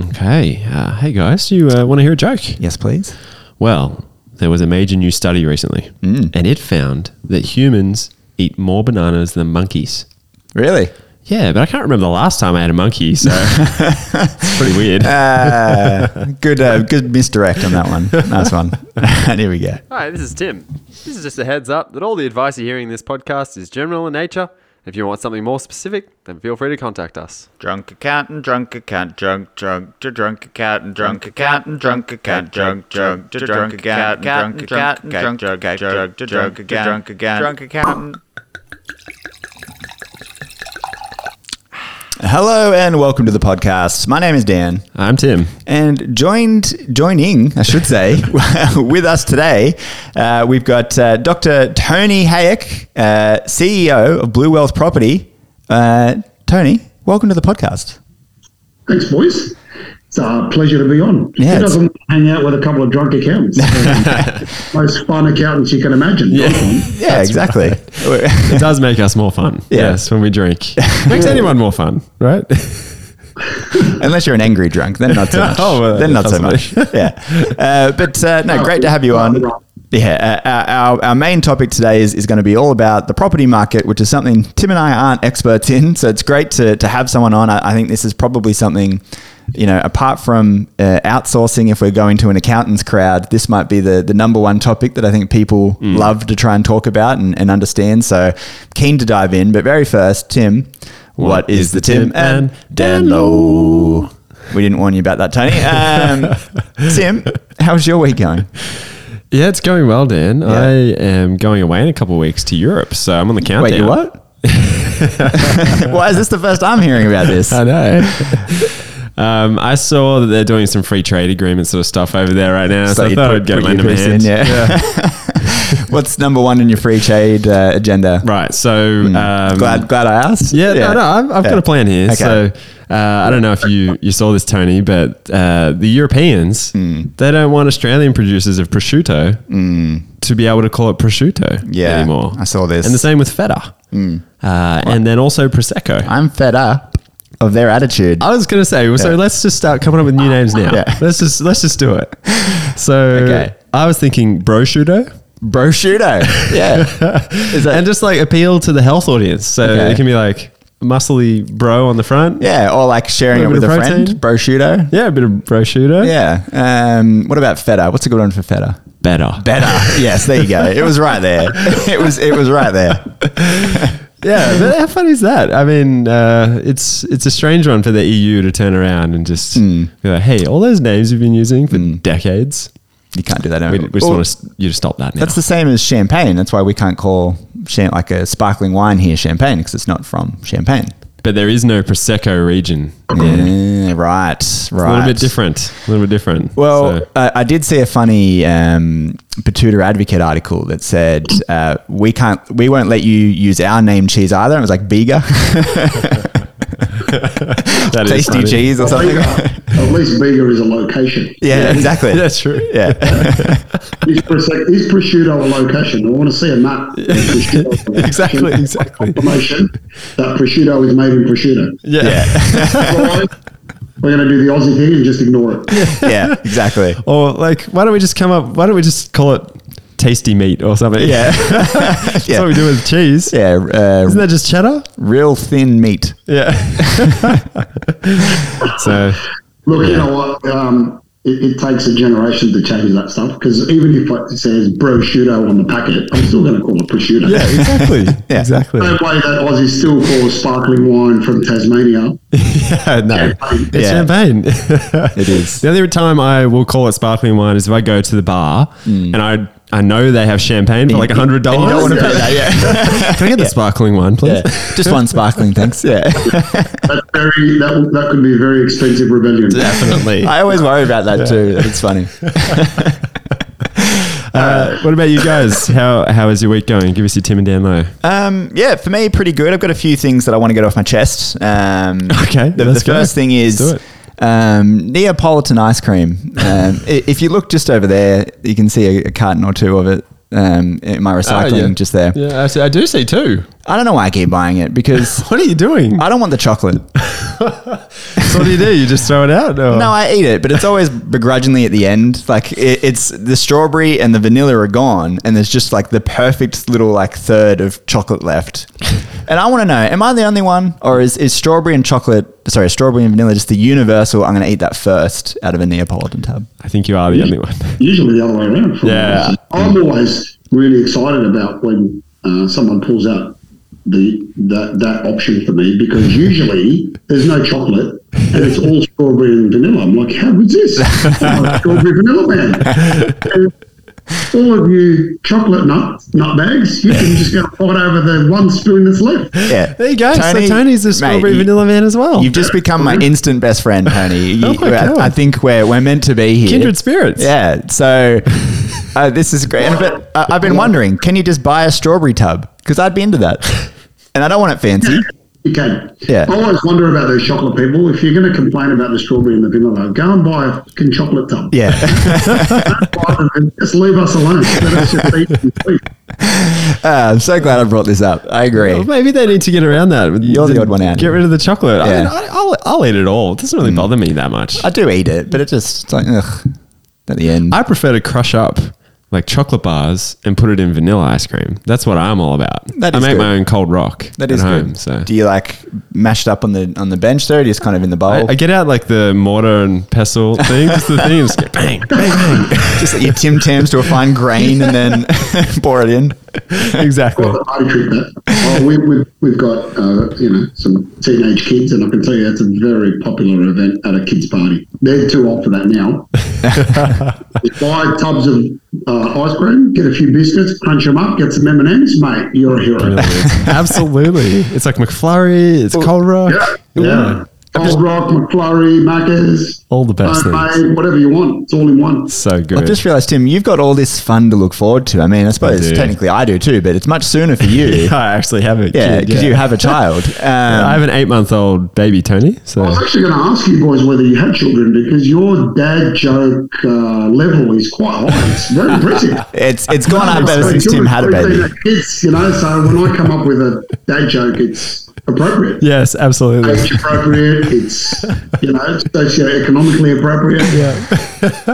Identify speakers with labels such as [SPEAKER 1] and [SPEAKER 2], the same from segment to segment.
[SPEAKER 1] Okay. Uh, hey, guys, do you uh, want to hear a joke?
[SPEAKER 2] Yes, please.
[SPEAKER 1] Well, there was a major new study recently,
[SPEAKER 2] Mm.
[SPEAKER 1] and it found that humans eat more bananas than monkeys.
[SPEAKER 2] Really?
[SPEAKER 1] Yeah, but I can't remember the last time I had a monkey, so it's pretty weird.
[SPEAKER 2] Uh, good, uh, good misdirect on that one. Nice one. and here we go.
[SPEAKER 3] Hi, this is Tim. This is just a heads up that all the advice you hear in this podcast is general in nature. If you want something more specific, then feel free to contact us.
[SPEAKER 4] Drunk accountant, drunk accountant, drunk, drunk, to drunk accountant, drunk accountant, drunk accountant, drunk, drunk, to drunk accountant, drunk accountant, drunk, drunk, drunk, to drunk again, drunk again, drunk accountant.
[SPEAKER 2] Hello and welcome to the podcast. My name is Dan,
[SPEAKER 1] I'm Tim.
[SPEAKER 2] and joined, joining, I should say, with us today, uh, we've got uh, Dr. Tony Hayek, uh, CEO of Blue Wealth Property. Uh, Tony, welcome to the podcast.
[SPEAKER 5] Thanks, boys. It's a pleasure to be on.
[SPEAKER 2] Yeah,
[SPEAKER 5] Who
[SPEAKER 2] it's-
[SPEAKER 5] doesn't hang out with a couple of drunk accountants? Most fun accountants you can imagine.
[SPEAKER 2] Yeah, exactly.
[SPEAKER 1] It does make us more fun.
[SPEAKER 2] Yeah.
[SPEAKER 1] Yes, when we drink. Makes anyone more fun, right?
[SPEAKER 2] Unless you're an angry drunk, then not so much.
[SPEAKER 1] Oh, well,
[SPEAKER 2] then not so much.
[SPEAKER 1] possibly.
[SPEAKER 2] yeah. Uh, but uh, no, great to have you on. Yeah, uh, our, our main topic today is, is going to be all about the property market, which is something Tim and I aren't experts in. So it's great to, to have someone on. I, I think this is probably something, you know, apart from uh, outsourcing, if we're going to an accountant's crowd, this might be the, the number one topic that I think people
[SPEAKER 1] Mm.
[SPEAKER 2] love to try and talk about and, and understand. So keen to dive in. But very first, Tim, what is the Tim and Dan Low? We didn't warn you about that, Tony. Um, Tim, how's your week going?
[SPEAKER 1] Yeah, it's going well, Dan. I am going away in a couple of weeks to Europe, so I'm on the countdown.
[SPEAKER 2] Wait, you what? Why is this the first I'm hearing about this?
[SPEAKER 1] I know. um, I saw that they're doing some free trade agreement sort of stuff over there right now, so, I
[SPEAKER 2] you'd
[SPEAKER 1] thought
[SPEAKER 2] put-
[SPEAKER 1] I'd go
[SPEAKER 2] put your
[SPEAKER 1] lend them a
[SPEAKER 2] piece in,
[SPEAKER 1] hand.
[SPEAKER 2] yeah. What's number one in your free trade uh, agenda?
[SPEAKER 1] Right, so um,
[SPEAKER 2] Glad, glad I asked.
[SPEAKER 1] Yeah, no, no, I've, I've
[SPEAKER 2] Hmm. Yeah.
[SPEAKER 1] got a plan here.
[SPEAKER 2] Okay.
[SPEAKER 1] So uh, I don't know if you, you saw this, Tony, but uh, the Europeans
[SPEAKER 2] Hmm.
[SPEAKER 1] they don't want Australian producers of prosciutto to be able to call it prosciutto
[SPEAKER 2] Yeah,
[SPEAKER 1] anymore.
[SPEAKER 2] I saw this. Hmm.
[SPEAKER 1] and the same with feta, uh, and then also prosecco. I,
[SPEAKER 2] I'm fed up of their attitude.
[SPEAKER 1] was going to say, well, so
[SPEAKER 2] Yeah.
[SPEAKER 1] let's just start coming up with new names now.
[SPEAKER 2] Yeah.
[SPEAKER 1] Let's just let's just do it. So
[SPEAKER 2] Okay.
[SPEAKER 1] I was thinking prosciutto.
[SPEAKER 2] Prosciutto. Yeah. Is that-
[SPEAKER 1] and just like appeal to the health audience, so
[SPEAKER 2] Okay.
[SPEAKER 1] it can be like muscly bro on the front.
[SPEAKER 2] yeah, or like sharing it
[SPEAKER 1] Little
[SPEAKER 2] with a
[SPEAKER 1] bit of
[SPEAKER 2] friend. Prosciutto.
[SPEAKER 1] Yeah, a bit of prosciutto.
[SPEAKER 2] Yeah. Um, what about feta? What's a good one for feta?
[SPEAKER 1] better.
[SPEAKER 2] Better. yes, there you go. It was right there. It was it was right there.
[SPEAKER 1] Yeah, but how fun is that? I mean, uh, it's it's a strange one for the EU to turn around and just
[SPEAKER 2] Hmm.
[SPEAKER 1] be like, "Hey, all those names you've been using for decades,
[SPEAKER 2] You can't do that.
[SPEAKER 1] we, we just
[SPEAKER 2] Hmm. Well,
[SPEAKER 1] want to, you to stop that now."
[SPEAKER 2] That's the same as champagne. That's why we can't call cham- like a sparkling wine here champagne because it's not from Champagne.
[SPEAKER 1] but there is no prosecco region.
[SPEAKER 2] Yeah, Mm, right, right.
[SPEAKER 1] A little bit different. A little bit different.
[SPEAKER 2] Well,
[SPEAKER 1] So-
[SPEAKER 2] uh, I did see a funny um, Batuta Advocate article that said uh, we can't, we won't let you use our name cheese either. It was like Bega,
[SPEAKER 1] that is
[SPEAKER 2] tasty
[SPEAKER 1] funny.
[SPEAKER 2] cheese or something.
[SPEAKER 5] At least Bega is a location.
[SPEAKER 2] Yeah, exactly.
[SPEAKER 1] That's true.
[SPEAKER 2] yeah,
[SPEAKER 5] Is, prosec- is prosciutto a location? I want to see a map. of prosciutto.
[SPEAKER 1] Exactly, exactly.
[SPEAKER 5] Confirmation that prosciutto is made in prosciutto.
[SPEAKER 1] Yeah.
[SPEAKER 5] Otherwise, We're going to do the Aussie thing and just ignore it.
[SPEAKER 2] yeah, exactly.
[SPEAKER 1] Or like, why don't we just come up? Why don't we just call it tasty meat or something?
[SPEAKER 2] Yeah,
[SPEAKER 1] That's what we do with cheese.
[SPEAKER 2] yeah.
[SPEAKER 1] Isn't
[SPEAKER 2] Uh,
[SPEAKER 1] that just cheddar?
[SPEAKER 2] real thin meat.
[SPEAKER 1] Yeah. so
[SPEAKER 5] Look, you know what? Um, it, it takes a generation to change that stuff because even if it says prosciutto on the packet, I'm still going to call it prosciutto.
[SPEAKER 1] yeah, exactly.
[SPEAKER 2] Yeah.
[SPEAKER 1] Exactly.
[SPEAKER 5] No way that Aussie still calls sparkling wine from Tasmania.
[SPEAKER 1] Yeah, no. It's
[SPEAKER 2] Yeah.
[SPEAKER 1] champagne.
[SPEAKER 2] It is.
[SPEAKER 1] the only time I will call it sparkling wine is if I go to the bar and I I know they have champagne for like hundred
[SPEAKER 2] Mm. And you don't
[SPEAKER 1] dollars.
[SPEAKER 2] want to pay that. Yeah,
[SPEAKER 1] Can I get the sparkling wine, please?
[SPEAKER 2] yeah. Just one sparkling, thanks. Yeah.
[SPEAKER 5] That's very that, that could be a very expensive rebellion.
[SPEAKER 1] Definitely.
[SPEAKER 2] I uh, always worry about that too. It's funny.
[SPEAKER 1] Uh, what about you guys? How how is your week going? Give us your Tim and Dan low.
[SPEAKER 2] Um, yeah, for me, pretty good. I've got a few things that I want to get off my chest. Um,
[SPEAKER 1] Okay,
[SPEAKER 2] The, the
[SPEAKER 1] let's go.
[SPEAKER 2] first thing
[SPEAKER 1] Let's
[SPEAKER 2] is
[SPEAKER 1] do it.
[SPEAKER 2] um, Neapolitan ice cream. Um, i- if you look just over there, you Oh, can see a, a carton or two of it um, in my recycling just there.
[SPEAKER 1] Yeah, I, do see two.
[SPEAKER 2] I don't know why I keep buying it because
[SPEAKER 1] What are you doing?
[SPEAKER 2] I don't want the chocolate.
[SPEAKER 1] So what do you do? You just throw it out? Or?
[SPEAKER 2] No, I eat it, but it's always begrudgingly at the end. Like it, it's the strawberry and the vanilla are gone, and there's just like the perfect little like third of chocolate left. And I want to know, am I the only one, or is, is strawberry and chocolate? Sorry, strawberry and vanilla just the universal? I'm going to eat that first out of a Neapolitan tub.
[SPEAKER 1] I think you are the only one.
[SPEAKER 5] usually the other way around. For
[SPEAKER 1] Yeah.
[SPEAKER 5] me. So I'm always really excited about when uh, someone pulls out the that that option for me because usually there's no chocolate and it's all strawberry and vanilla. I'm like, how is this? I'm a strawberry vanilla man. And all of you chocolate nuts, nut bags, you can just go fight over the one spoon that's left.
[SPEAKER 2] Yeah,
[SPEAKER 1] There you go. so Tony's the
[SPEAKER 2] mate,
[SPEAKER 1] strawberry
[SPEAKER 2] you-
[SPEAKER 1] vanilla man as well.
[SPEAKER 2] You've just become my instant best friend, Tony. You-
[SPEAKER 1] Oh my
[SPEAKER 2] I-
[SPEAKER 1] God.
[SPEAKER 2] I, think we're we're meant to be here.
[SPEAKER 1] Kindred spirits.
[SPEAKER 2] Yeah. So uh, this is great. And, but I, I've been wondering, can you just buy a strawberry tub? Because I'd be into that, and I don't want it fancy.
[SPEAKER 5] You can.
[SPEAKER 2] Yeah.
[SPEAKER 5] I always wonder about those chocolate people. If you're going to complain about the strawberry and the vanilla, go and buy a fucking chocolate tub.
[SPEAKER 2] Yeah.
[SPEAKER 5] just leave us alone. Let us just eat and sleep.
[SPEAKER 2] Uh, I'm so glad I brought this up. I agree.
[SPEAKER 1] Well, maybe they need to get around that.
[SPEAKER 2] You're the odd one out.
[SPEAKER 1] Get rid of the chocolate. I
[SPEAKER 2] Yeah.
[SPEAKER 1] mean, I, I'll, I'll eat it all. It doesn't really bother me that much.
[SPEAKER 2] I do eat it, but it just it's like ugh, at the end.
[SPEAKER 1] I prefer to crush up like chocolate bars and put it in vanilla ice cream. That's what I'm all about.
[SPEAKER 2] That
[SPEAKER 1] I
[SPEAKER 2] is
[SPEAKER 1] make
[SPEAKER 2] good.
[SPEAKER 1] my own cold rock at
[SPEAKER 2] that is
[SPEAKER 1] home.
[SPEAKER 2] good.
[SPEAKER 1] So
[SPEAKER 2] Do you like mashed up on the on the bench there, or just kind of in the bowl?
[SPEAKER 1] I, I get out like the mortar and pestle thing, just the thing, and just get bang, bang,
[SPEAKER 2] just your Tim Tams to a fine grain, and then pour it in.
[SPEAKER 1] bang. exactly.
[SPEAKER 5] Well, I treat that. Well, we, we've, we've got, uh, you know, some teenage kids, and I can tell you that's a very popular event at a kids' party. They're too old for that now. Just buy tubs of uh, ice cream, get a few biscuits, crunch them up, get some M&Ms, mate, you're a hero.
[SPEAKER 1] Absolutely. It's like McFlurry, it's cold rock,
[SPEAKER 5] Yeah. yeah. Old Rock, McFlurry, Macca's,
[SPEAKER 1] all the best things.
[SPEAKER 5] homemade, whatever you want. It's all in one.
[SPEAKER 1] So
[SPEAKER 2] I've
[SPEAKER 1] good.
[SPEAKER 2] just realised, Tim, you've got all this fun to look forward to. I mean, I suppose
[SPEAKER 1] do.
[SPEAKER 2] technically I do too, but it's much sooner for you.
[SPEAKER 1] I actually have it.
[SPEAKER 2] yeah, because you have a child. Um,
[SPEAKER 1] I have an eight-month-old baby, Tony. So
[SPEAKER 5] I was actually going to ask you boys whether you had children because your dad joke uh, level is quite high. It's very impressive.
[SPEAKER 2] it's it's gone up ever since Tim had a baby.
[SPEAKER 5] It's, you know, so when I come up with a dad joke, it's appropriate.
[SPEAKER 1] yes, absolutely.
[SPEAKER 5] Age appropriate. It's you know socioeconomically appropriate. Yeah.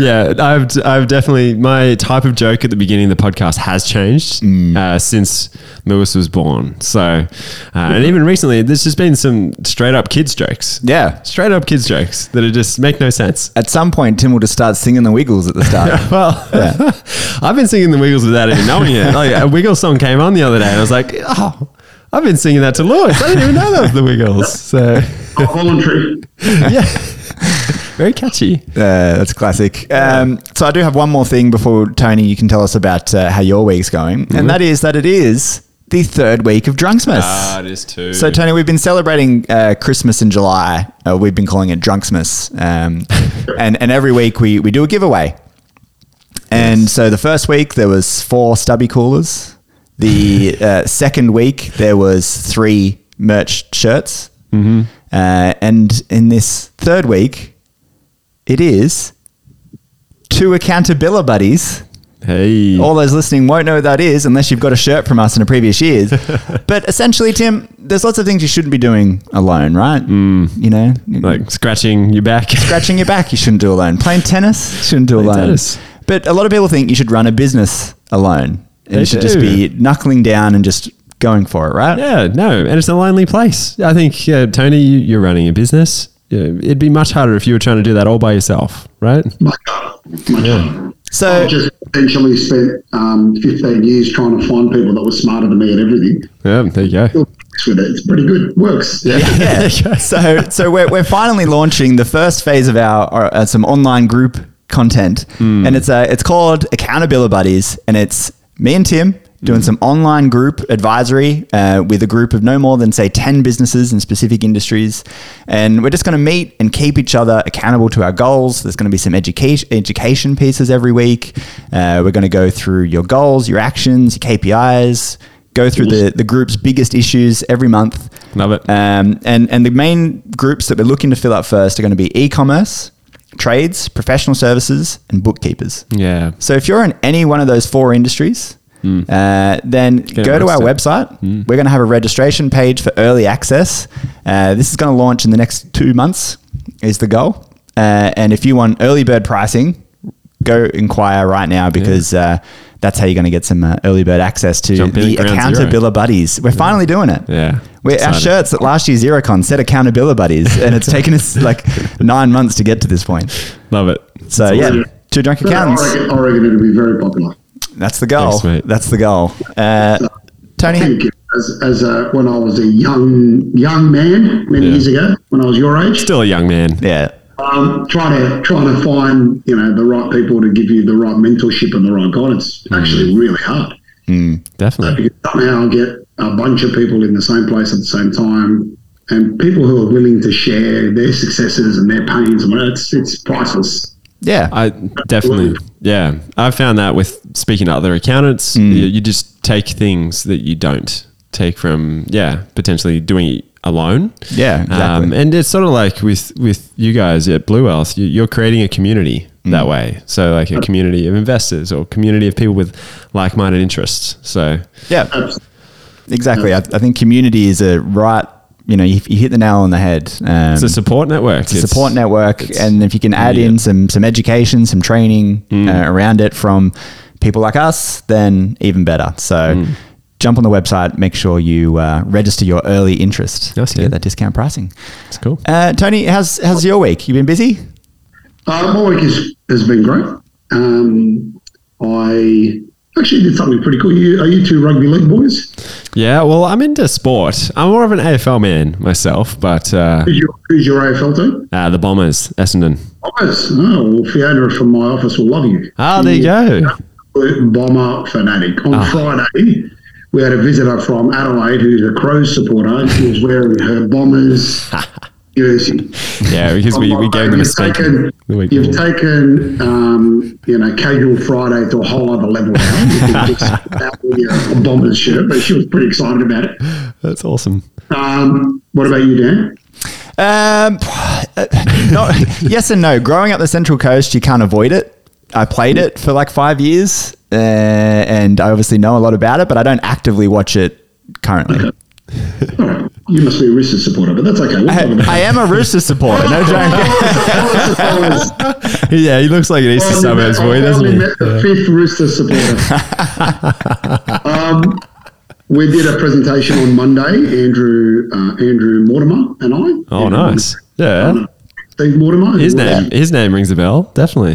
[SPEAKER 1] yeah, I've I've definitely my type of joke at the beginning of the podcast has changed
[SPEAKER 2] Mm.
[SPEAKER 1] uh, since Lewis was born. So, uh, and even recently, there's just been some straight up kids jokes.
[SPEAKER 2] Yeah.
[SPEAKER 1] straight up kids jokes that are just make no sense.
[SPEAKER 2] At some point, Tim will just start singing the Wiggles at the start.
[SPEAKER 1] Well, I've been singing the Wiggles without even knowing it. Like a Wiggles song came on the other day, and I was like, oh. I've been singing that to Lewis. I didn't even know that was the Wiggles. So,
[SPEAKER 5] Voluntary.
[SPEAKER 1] yeah, very catchy.
[SPEAKER 2] Uh, that's classic. Um, so I do have one more thing before Tony. You can tell us about uh, how your week's going, and that is that it is the third week of Drunksmas.
[SPEAKER 1] Ah, it is too.
[SPEAKER 2] So, Tony, we've been celebrating uh, Christmas in July. Uh, we've been calling it Drunksmas. Um, and, and every week we, we do a giveaway. And so the first week there was four stubby coolers. The uh, second week there was three merch shirts. Mm-hmm. Uh, and in this third week, it is two accountability buddies.
[SPEAKER 1] hey,
[SPEAKER 2] All those listening won't know what that is unless you've got a shirt from us in the previous years. but essentially, Tim, there's lots of things you shouldn't be doing alone, right? You know,
[SPEAKER 1] Mm. like scratching your back.
[SPEAKER 2] scratching your back, you shouldn't do alone. Playing tennis, you shouldn't do alone.
[SPEAKER 1] tennis.
[SPEAKER 2] But a lot of people think you should run a business alone. And
[SPEAKER 1] They
[SPEAKER 2] you should just
[SPEAKER 1] do.
[SPEAKER 2] be knuckling down and just going for it, right?
[SPEAKER 1] Yeah, no, and it's a lonely place. I think, yeah, Tony, you, you're running a business. Yeah, it'd be much harder if you were trying to do that all by yourself, right?
[SPEAKER 5] My God. My God.
[SPEAKER 2] So,
[SPEAKER 5] I just essentially spent um, 15 years trying to find people that were smarter than me at everything.
[SPEAKER 1] Yeah, there you go.
[SPEAKER 5] Still sticks with it. It's pretty good. Works. Yeah.
[SPEAKER 2] yeah.
[SPEAKER 1] Okay.
[SPEAKER 2] so so we're, we're finally launching the first phase of our, our uh, some online group content
[SPEAKER 1] Hmm.
[SPEAKER 2] and it's uh, it's called accountability buddies and it's me and tim doing
[SPEAKER 1] Hmm.
[SPEAKER 2] some online group advisory uh, with a group of no more than say 10 businesses in specific industries and we're just going to meet and keep each other accountable to our goals there's going to be some education education pieces every week uh, we're going to go through your goals your actions your kpis go through the, the group's biggest issues every month
[SPEAKER 1] Love it.
[SPEAKER 2] um, and, and the main groups that we're looking to fill up first are going to be e commerce, trades, professional services, and bookkeepers.
[SPEAKER 1] Yeah.
[SPEAKER 2] So if you're in any one of those four industries,
[SPEAKER 1] Hmm.
[SPEAKER 2] uh, then go to our
[SPEAKER 1] amongst
[SPEAKER 2] website. We're going to have a registration page for early access. Uh, this is going to launch in the next two months, is the goal. Uh, and if you want early bird pricing, go inquire right now because uh, that's how you're going to get some uh, early bird access to
[SPEAKER 1] Jump in
[SPEAKER 2] the
[SPEAKER 1] at ground
[SPEAKER 2] Accountability
[SPEAKER 1] zero.
[SPEAKER 2] Buddies. We're finally doing it.
[SPEAKER 1] Yeah.
[SPEAKER 2] We're, our
[SPEAKER 1] Excited.
[SPEAKER 2] shirts at last year's Zerocon said Accountability Buddies, and it's taken us like nine months to get to this point.
[SPEAKER 1] Love it.
[SPEAKER 2] So, yeah, two drunk
[SPEAKER 5] But I
[SPEAKER 2] accountants.
[SPEAKER 5] reckon, I reckon it'll be very popular.
[SPEAKER 2] That's the goal.
[SPEAKER 1] Thanks, mate.
[SPEAKER 2] That's the goal. Uh, Tony,
[SPEAKER 5] I think as, as a, when I was a young young man many
[SPEAKER 1] Yeah.
[SPEAKER 5] years ago, when I was your age,
[SPEAKER 1] Still a young man.
[SPEAKER 2] yeah,
[SPEAKER 5] um, trying to trying to find you know the right people to give you the right mentorship and the right guidance actually really hard.
[SPEAKER 1] Definitely.
[SPEAKER 5] You somehow get a bunch of people in the same place at the same time, and people who are willing to share their successes and their pains. And whatever, it's it's priceless.
[SPEAKER 2] yeah,
[SPEAKER 1] I definitely, yeah. I've found that with speaking to other accountants,
[SPEAKER 2] Mm.
[SPEAKER 1] you, you just take things that you don't take from, yeah, potentially doing it alone.
[SPEAKER 2] Yeah,
[SPEAKER 1] Um,
[SPEAKER 2] exactly.
[SPEAKER 1] and it's sort of like with with you guys at Blue Earth, you, you're creating a community
[SPEAKER 2] Mm.
[SPEAKER 1] that way. So like a community of investors or community of people with like minded interests. So
[SPEAKER 2] yeah,
[SPEAKER 5] Absolutely.
[SPEAKER 2] exactly. I, I think community is a right. You know, you, you hit the nail on the head. Um,
[SPEAKER 1] it's a support network.
[SPEAKER 2] it's a support network, and if you can add in
[SPEAKER 1] yeah.
[SPEAKER 2] some some education, some training
[SPEAKER 1] Mm.
[SPEAKER 2] uh, around it from people like us, then even better. So.
[SPEAKER 1] Mm.
[SPEAKER 2] Jump on the website. Make sure you uh, register your early interest
[SPEAKER 1] Yes,
[SPEAKER 2] to
[SPEAKER 1] yeah.
[SPEAKER 2] get that discount pricing.
[SPEAKER 1] It's cool.
[SPEAKER 2] Uh, Tony, how's how's your week? You been busy?
[SPEAKER 5] Uh, my week has, has been great. Um, I actually did something pretty cool. You, are you two rugby league boys?
[SPEAKER 1] Yeah. Well, I'm into sport. I'm more of an AFL man myself, but uh,
[SPEAKER 5] Who's your, who's your AFL team?
[SPEAKER 1] uh, the Bombers, Essendon.
[SPEAKER 5] Bombers. Oh, well, Fiona from my office will love you.
[SPEAKER 1] Ah, there you go.
[SPEAKER 5] absolute bomber fanatic. On Friday, we had a visitor from Adelaide who's a Crows supporter. She was wearing her bombers jersey.
[SPEAKER 1] Yeah, because we, we gave them a
[SPEAKER 5] You've
[SPEAKER 1] steak.
[SPEAKER 5] taken-
[SPEAKER 1] the week
[SPEAKER 5] You've
[SPEAKER 1] before.
[SPEAKER 5] taken, um, you know, casual Friday to a whole other level now. You can just out with your bombers shirt, but she was pretty excited about it.
[SPEAKER 1] That's awesome.
[SPEAKER 5] Um, what about you, Dan?
[SPEAKER 2] Um, uh, no, yes and no. Growing up the Central Coast, you can't avoid it. I played it for like five years, uh, and I obviously know a lot about it, but I don't actively watch it currently.
[SPEAKER 5] All right, you must be a Roosters supporter, but that's okay. We'll talk about
[SPEAKER 2] I am a Rooster supporter, no joke.
[SPEAKER 5] it.
[SPEAKER 1] Yeah, he looks like an Easter suburbs boy,
[SPEAKER 5] I
[SPEAKER 1] doesn't
[SPEAKER 5] finally
[SPEAKER 1] he?
[SPEAKER 5] met the fifth Rooster supporter. um, we did a presentation on Monday, Andrew uh, Andrew Mortimer and I.
[SPEAKER 1] Oh,
[SPEAKER 5] And
[SPEAKER 1] nice. Yeah,
[SPEAKER 5] Steve Mortimer.
[SPEAKER 1] his
[SPEAKER 5] who was
[SPEAKER 1] name his name rings a bell. Definitely.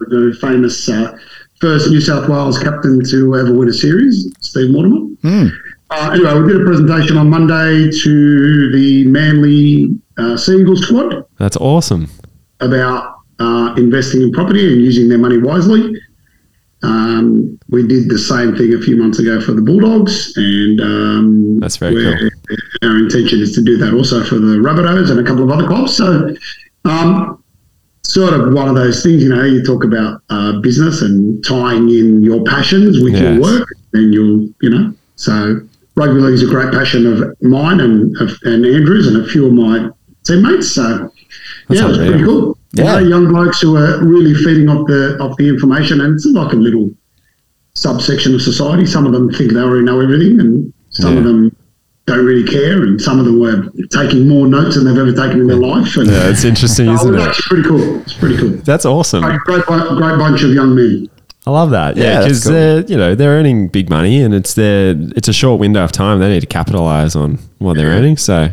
[SPEAKER 5] The famous uh, first New South Wales captain to ever win a series, Steve Mortimer.
[SPEAKER 1] Hmm.
[SPEAKER 5] Uh, anyway, we did a presentation on Monday to the Manly uh, Sea Eagles squad
[SPEAKER 1] That's awesome.
[SPEAKER 5] about uh, investing in property and using their money wisely. Um, we did the same thing a few months ago for the Bulldogs, and um,
[SPEAKER 1] That's very
[SPEAKER 5] we're- Our intention is to do that also for the Rabbitohs and a couple of other clubs. So, um, sort of one of those things, you know, you talk about uh, business and tying in your passions with your
[SPEAKER 1] Yes.
[SPEAKER 5] work, and you'll, you know, so rugby league is a great passion of mine and of, and Andrews and a few of my teammates. So, yeah, it was pretty
[SPEAKER 1] unreal.
[SPEAKER 5] cool. Yeah,
[SPEAKER 2] Yeah.
[SPEAKER 5] young blokes who are really feeding off the off the information, and it's like a little subsection of society. Some of them think they already know everything, and some of
[SPEAKER 1] Yeah.
[SPEAKER 5] them don't really care, and some of them were taking more notes than they've ever taken in their life. And
[SPEAKER 1] Yeah, it's interesting,
[SPEAKER 5] Oh, it
[SPEAKER 1] isn't
[SPEAKER 5] was
[SPEAKER 1] it?
[SPEAKER 5] actually pretty cool. It's pretty cool.
[SPEAKER 1] That's awesome.
[SPEAKER 5] Great, great, bu- great bunch of young men.
[SPEAKER 1] I love that. Yeah,
[SPEAKER 2] Yeah, that's
[SPEAKER 1] because
[SPEAKER 2] cool.
[SPEAKER 1] they're you know they're earning big money and it's their it's a short window of time. They need to capitalize on what they're earning. So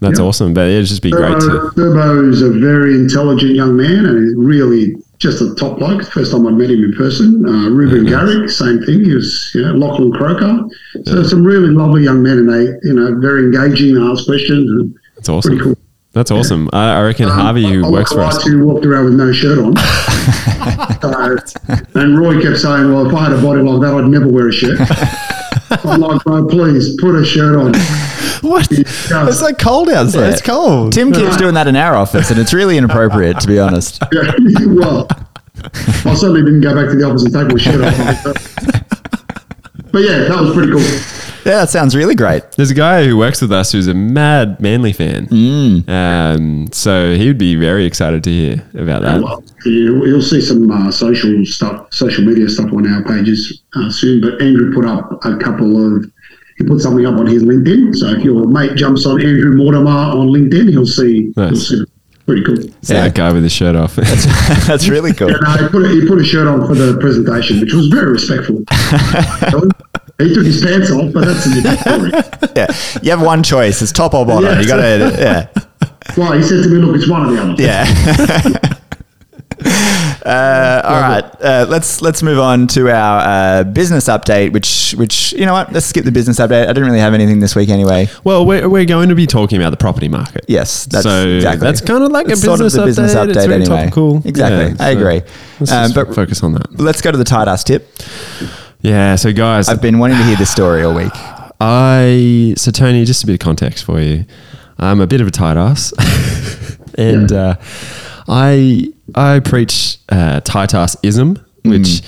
[SPEAKER 1] that's awesome. But it'd just be great to
[SPEAKER 5] Thurbo, Thurbo is a very intelligent young man and he's really just a top bloke. First time I met him in person. Uh, Ruben Garrick, same thing. He was you know, Lachlan Croker. So some really lovely young men and they, you know, very engaging and ask questions. And
[SPEAKER 1] It's awesome.
[SPEAKER 5] Pretty cool.
[SPEAKER 1] That's awesome. I, I reckon Harvey, who
[SPEAKER 5] I- I
[SPEAKER 1] works for
[SPEAKER 5] like
[SPEAKER 1] us,
[SPEAKER 5] the guys Who walked around with no shirt on. So- and Roy kept saying, "Well, if I had a body like that, I'd never wear a shirt." I'm like, "Bro, please put a shirt on."
[SPEAKER 1] what?
[SPEAKER 5] Yeah.
[SPEAKER 1] It's like cold outside.
[SPEAKER 2] Yeah.
[SPEAKER 1] It's cold.
[SPEAKER 2] Tim keeps doing that in our office, and it's really inappropriate, to be honest.
[SPEAKER 5] Yeah, well, I certainly didn't go back to the office and take my shirt off. But yeah, that was pretty cool.
[SPEAKER 2] Yeah, that sounds really great.
[SPEAKER 1] There's a guy who works with us who's a mad Manly fan.
[SPEAKER 2] Mm.
[SPEAKER 1] Um, so he would be very excited to hear about that.
[SPEAKER 5] Well,
[SPEAKER 2] Um,
[SPEAKER 5] you, you'll see some uh, social stuff, social media stuff on our pages uh, soon. But Andrew put up a couple of, he put something up on his LinkedIn. So if your mate jumps on Andrew Mortimer on LinkedIn, he'll see. He'll
[SPEAKER 1] Nice.
[SPEAKER 5] see it. Pretty cool.
[SPEAKER 1] It's that guy with his shirt off.
[SPEAKER 2] That's really cool.
[SPEAKER 5] And uh, he, put a, he put a shirt on for the presentation, which was very respectful. he took his pants off, but that's a different story.
[SPEAKER 2] Yeah, you have one choice: it's top or bottom.
[SPEAKER 5] Yeah.
[SPEAKER 2] You got to, yeah.
[SPEAKER 5] Well, he said to me, look, it's one or the other.
[SPEAKER 2] Yeah. Uh, all right, uh, let's let's move on to our uh, business update. Which which you know what? Let's skip the business update. I didn't really have anything this week anyway.
[SPEAKER 1] well, we're, we're going to be talking about the property market.
[SPEAKER 2] Yes, that's
[SPEAKER 1] so
[SPEAKER 2] exactly.
[SPEAKER 1] that's kind of like
[SPEAKER 2] It's
[SPEAKER 1] a business
[SPEAKER 2] sort of the
[SPEAKER 1] update.
[SPEAKER 2] business
[SPEAKER 1] It's
[SPEAKER 2] update
[SPEAKER 1] very
[SPEAKER 2] anyway.
[SPEAKER 1] topical.
[SPEAKER 2] Exactly. I agree.
[SPEAKER 1] Let's
[SPEAKER 2] Um,
[SPEAKER 1] just
[SPEAKER 2] but-
[SPEAKER 1] focus on that.
[SPEAKER 2] Let's go to the tight ass tip.
[SPEAKER 1] Yeah. So guys,
[SPEAKER 2] I've been wanting to hear this story all week.
[SPEAKER 1] I so Tony, just a bit of context for you. I'm a bit of a tight ass, and uh, I I preach uh, tight ass ism,
[SPEAKER 2] Hmm.
[SPEAKER 1] which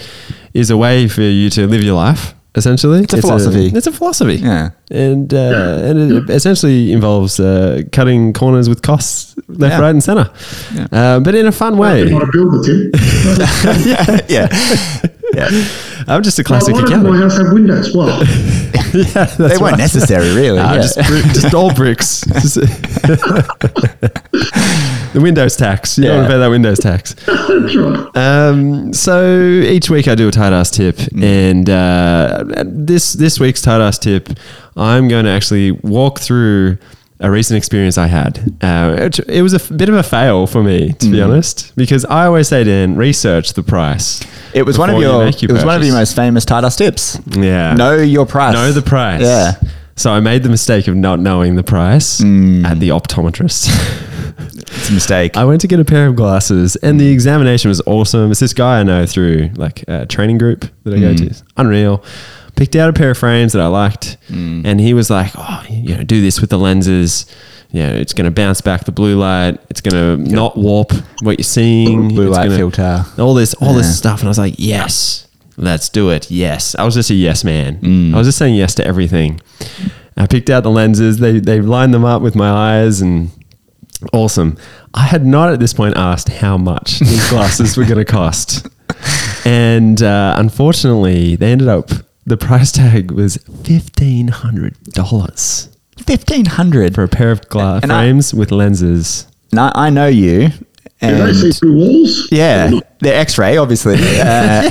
[SPEAKER 1] is a way for you to live your life. Essentially, it's
[SPEAKER 2] a philosophy.
[SPEAKER 1] it's a philosophy.
[SPEAKER 2] Yeah.
[SPEAKER 1] and uh, and it essentially involves uh, cutting corners with costs left,
[SPEAKER 2] Yeah.
[SPEAKER 1] right, and center. Uh, but in a fun
[SPEAKER 5] You
[SPEAKER 1] way.
[SPEAKER 5] want to build with him.
[SPEAKER 2] yeah, yeah.
[SPEAKER 1] I'm just a classic
[SPEAKER 5] Why does my
[SPEAKER 1] accountant.
[SPEAKER 5] house have windows? Well,
[SPEAKER 1] Yeah, that's
[SPEAKER 2] They weren't
[SPEAKER 1] right.
[SPEAKER 2] necessary, really.
[SPEAKER 1] Nah,
[SPEAKER 2] yeah.
[SPEAKER 1] Ah, just, brick, just all bricks. Just- the Windows tax. You don't
[SPEAKER 2] Yeah.
[SPEAKER 1] want to pay that Windows tax.
[SPEAKER 5] that's right.
[SPEAKER 1] Um, so each week I do a tight ass tip,
[SPEAKER 2] Mm.
[SPEAKER 1] and uh, this this week's tight ass tip, I'm going to actually walk through a recent experience I had. Uh, it, it was a f- bit of a fail for me, to
[SPEAKER 2] Mm.
[SPEAKER 1] be honest, because I always say, Dan, research the price.
[SPEAKER 2] It was one of
[SPEAKER 1] before you
[SPEAKER 2] your.
[SPEAKER 1] make your
[SPEAKER 2] it was one of your
[SPEAKER 1] purchase.
[SPEAKER 2] most famous tight ass tips.
[SPEAKER 1] Yeah.
[SPEAKER 2] Know your price.
[SPEAKER 1] Know the price.
[SPEAKER 2] Yeah.
[SPEAKER 1] So I made the mistake of not knowing the price at the optometrist.
[SPEAKER 2] Mm. It's a mistake.
[SPEAKER 1] I went to get a pair of glasses, and the examination was awesome. It's this guy I know through like a training group that I go
[SPEAKER 2] Mm.
[SPEAKER 1] to. It's unreal. Picked out a pair of frames that I liked,
[SPEAKER 2] Mm.
[SPEAKER 1] and he was like, "Oh, you know, do this with the lenses. You know, it's going to bounce back the blue light. It's going to not warp what you're seeing.
[SPEAKER 2] Blue
[SPEAKER 1] It's
[SPEAKER 2] light
[SPEAKER 1] gonna-
[SPEAKER 2] filter.
[SPEAKER 1] All this, all
[SPEAKER 2] Yeah.
[SPEAKER 1] this stuff." And I was like, "Yes, let's do it. Yes." I was just a yes man.
[SPEAKER 2] Mm.
[SPEAKER 1] I was just saying yes to everything. I picked out the lenses. They they lined them up with my eyes and Awesome. I had not at this point asked how much these glasses were going to cost. And uh, unfortunately, they ended up, the price tag was $1,500
[SPEAKER 2] Fifteen hundred.
[SPEAKER 1] for a pair of gla-
[SPEAKER 2] And I-
[SPEAKER 1] frames with lenses.
[SPEAKER 2] And I, I know you.
[SPEAKER 5] Do they see
[SPEAKER 2] And
[SPEAKER 5] through walls?
[SPEAKER 2] yeah, the X-ray, obviously. Uh,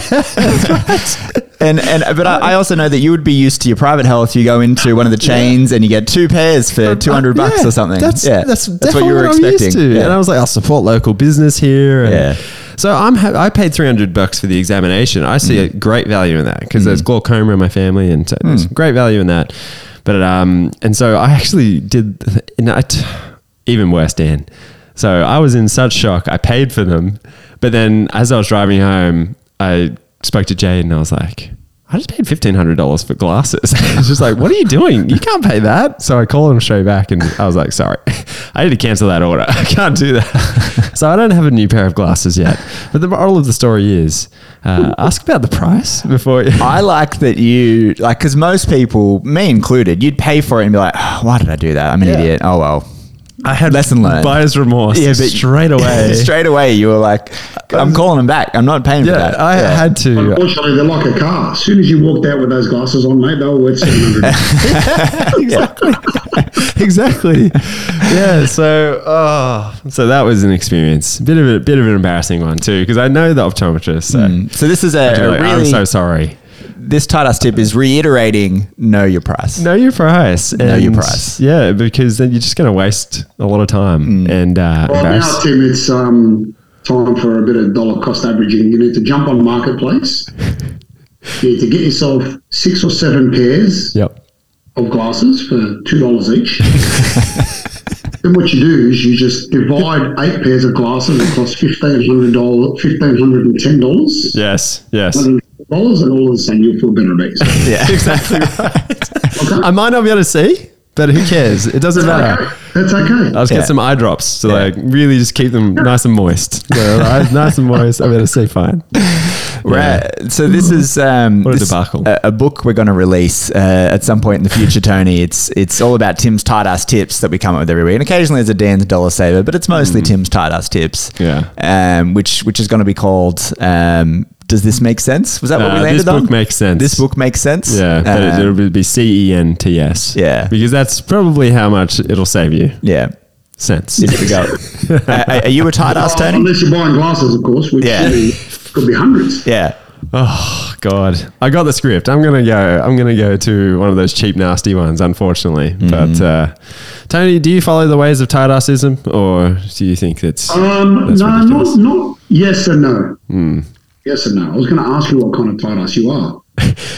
[SPEAKER 2] and and but I, I also know that you would be used to your private health. You go into one of the chains and you get two pairs for two hundred bucks
[SPEAKER 1] Um, Yeah,
[SPEAKER 2] or something.
[SPEAKER 1] That's,
[SPEAKER 2] yeah,
[SPEAKER 1] that's, definitely what I'm used to.
[SPEAKER 2] Yeah.
[SPEAKER 1] And I was like, I'll support local business here. And
[SPEAKER 2] Yeah.
[SPEAKER 1] So I'm ha- I paid 300 bucks for the examination. I
[SPEAKER 2] Mm.
[SPEAKER 1] see a great value in that because there's glaucoma in my family and so there's
[SPEAKER 2] Mm.
[SPEAKER 1] great value in that. But um, and so I actually did, and I t- even worse, Dan. So I was in such shock. I paid for them, but then as I was driving home, I spoke to Jade and I was like, I just paid fifteen hundred dollars for glasses. It's just like, what are you doing? You can't pay that. So I called him straight back, and I was like, sorry, I need to cancel that order. I can't do that. So I don't have a new pair of glasses yet. But the moral of the story is, uh, ask about the price before. You-
[SPEAKER 2] I like that you like because most people, me included, you'd pay for it and be like, "Oh, "Why did I do that? I'm an idiot." Oh well.
[SPEAKER 1] I had
[SPEAKER 2] lesson learned.
[SPEAKER 1] Buyer's remorse. Yeah, but straight away.
[SPEAKER 2] straight away, you were like, "I'm calling them back. I'm not paying for
[SPEAKER 1] yeah,
[SPEAKER 2] that."
[SPEAKER 1] I had to.
[SPEAKER 5] Unfortunately, they're like a car. As soon as you walked out with those glasses on, mate, they were worth 700
[SPEAKER 1] exactly. exactly. Yeah. So, oh, so that was an experience. Bit of a bit of an embarrassing one too, because I know the optometrist. So,
[SPEAKER 2] So this is a,
[SPEAKER 1] I'd be
[SPEAKER 2] a
[SPEAKER 1] like, I'm
[SPEAKER 2] really
[SPEAKER 1] so sorry.
[SPEAKER 2] this tight ass tip is reiterating know your price.
[SPEAKER 1] Know your price.
[SPEAKER 2] Know your
[SPEAKER 1] and
[SPEAKER 2] price.
[SPEAKER 1] Yeah, because then you're just going to waste a lot of time
[SPEAKER 2] Mm.
[SPEAKER 1] and uh,
[SPEAKER 5] Well, now,
[SPEAKER 1] embarrass.
[SPEAKER 5] Tim, it's um, time for a bit of dollar cost averaging. You need to jump on Marketplace. You need to get yourself six or seven pairs
[SPEAKER 1] Yep.
[SPEAKER 5] of glasses for $2 each. Then what you do is you just divide eight pairs of glasses across $1,500, $1,510.
[SPEAKER 1] Yes. Yes.
[SPEAKER 5] $1,500 and all of a sudden you'll feel better about yourself.
[SPEAKER 1] Exactly right. I might not be able to see,
[SPEAKER 2] But who cares? It doesn't
[SPEAKER 5] That's
[SPEAKER 2] matter.
[SPEAKER 5] okay. That's okay.
[SPEAKER 1] I'll just
[SPEAKER 2] Yeah.
[SPEAKER 1] get some eye drops to
[SPEAKER 2] Yeah.
[SPEAKER 1] like really just keep them nice and moist. So, like, nice and moist. I'm gonna see fine.
[SPEAKER 2] Right. So this is um,
[SPEAKER 1] What a
[SPEAKER 2] this-
[SPEAKER 1] debacle.
[SPEAKER 2] A, a book we're going to release uh, at some point in the future, Tony. It's it's all about Tim's tight ass tips that we come up with every week, and occasionally there's a Dan's dollar saver, but it's mostly Tim's tight ass tips.
[SPEAKER 1] Mm. Yeah.
[SPEAKER 2] Um, which which is going to be called. Um, does this make sense? Was that what
[SPEAKER 1] Uh,
[SPEAKER 2] we landed
[SPEAKER 1] this
[SPEAKER 2] on?
[SPEAKER 1] book makes sense.
[SPEAKER 2] This book makes sense.
[SPEAKER 1] Yeah, but it,
[SPEAKER 2] Um,
[SPEAKER 1] it'll be C E N T S.
[SPEAKER 2] Yeah.
[SPEAKER 1] because that's probably how much it'll save you.
[SPEAKER 2] yeah.
[SPEAKER 1] Sense.
[SPEAKER 2] There we go. uh, are- are you a tight ass,
[SPEAKER 5] Oh,
[SPEAKER 2] Tony?
[SPEAKER 5] unless you're buying glasses, of course, which
[SPEAKER 2] Yeah.
[SPEAKER 5] could, be, could be hundreds.
[SPEAKER 2] Yeah.
[SPEAKER 1] Oh God, I got the script. I'm gonna go. I'm gonna go to one of those cheap, nasty ones. Unfortunately, but uh, Tony, do you follow the ways of Tardassism, or do you think that's
[SPEAKER 5] Um,
[SPEAKER 1] That's
[SPEAKER 5] no,
[SPEAKER 1] ridiculous.
[SPEAKER 5] not, not yes and no.
[SPEAKER 1] Hmm.
[SPEAKER 5] Yes and no. I was going to ask you what kind of tight ass you are.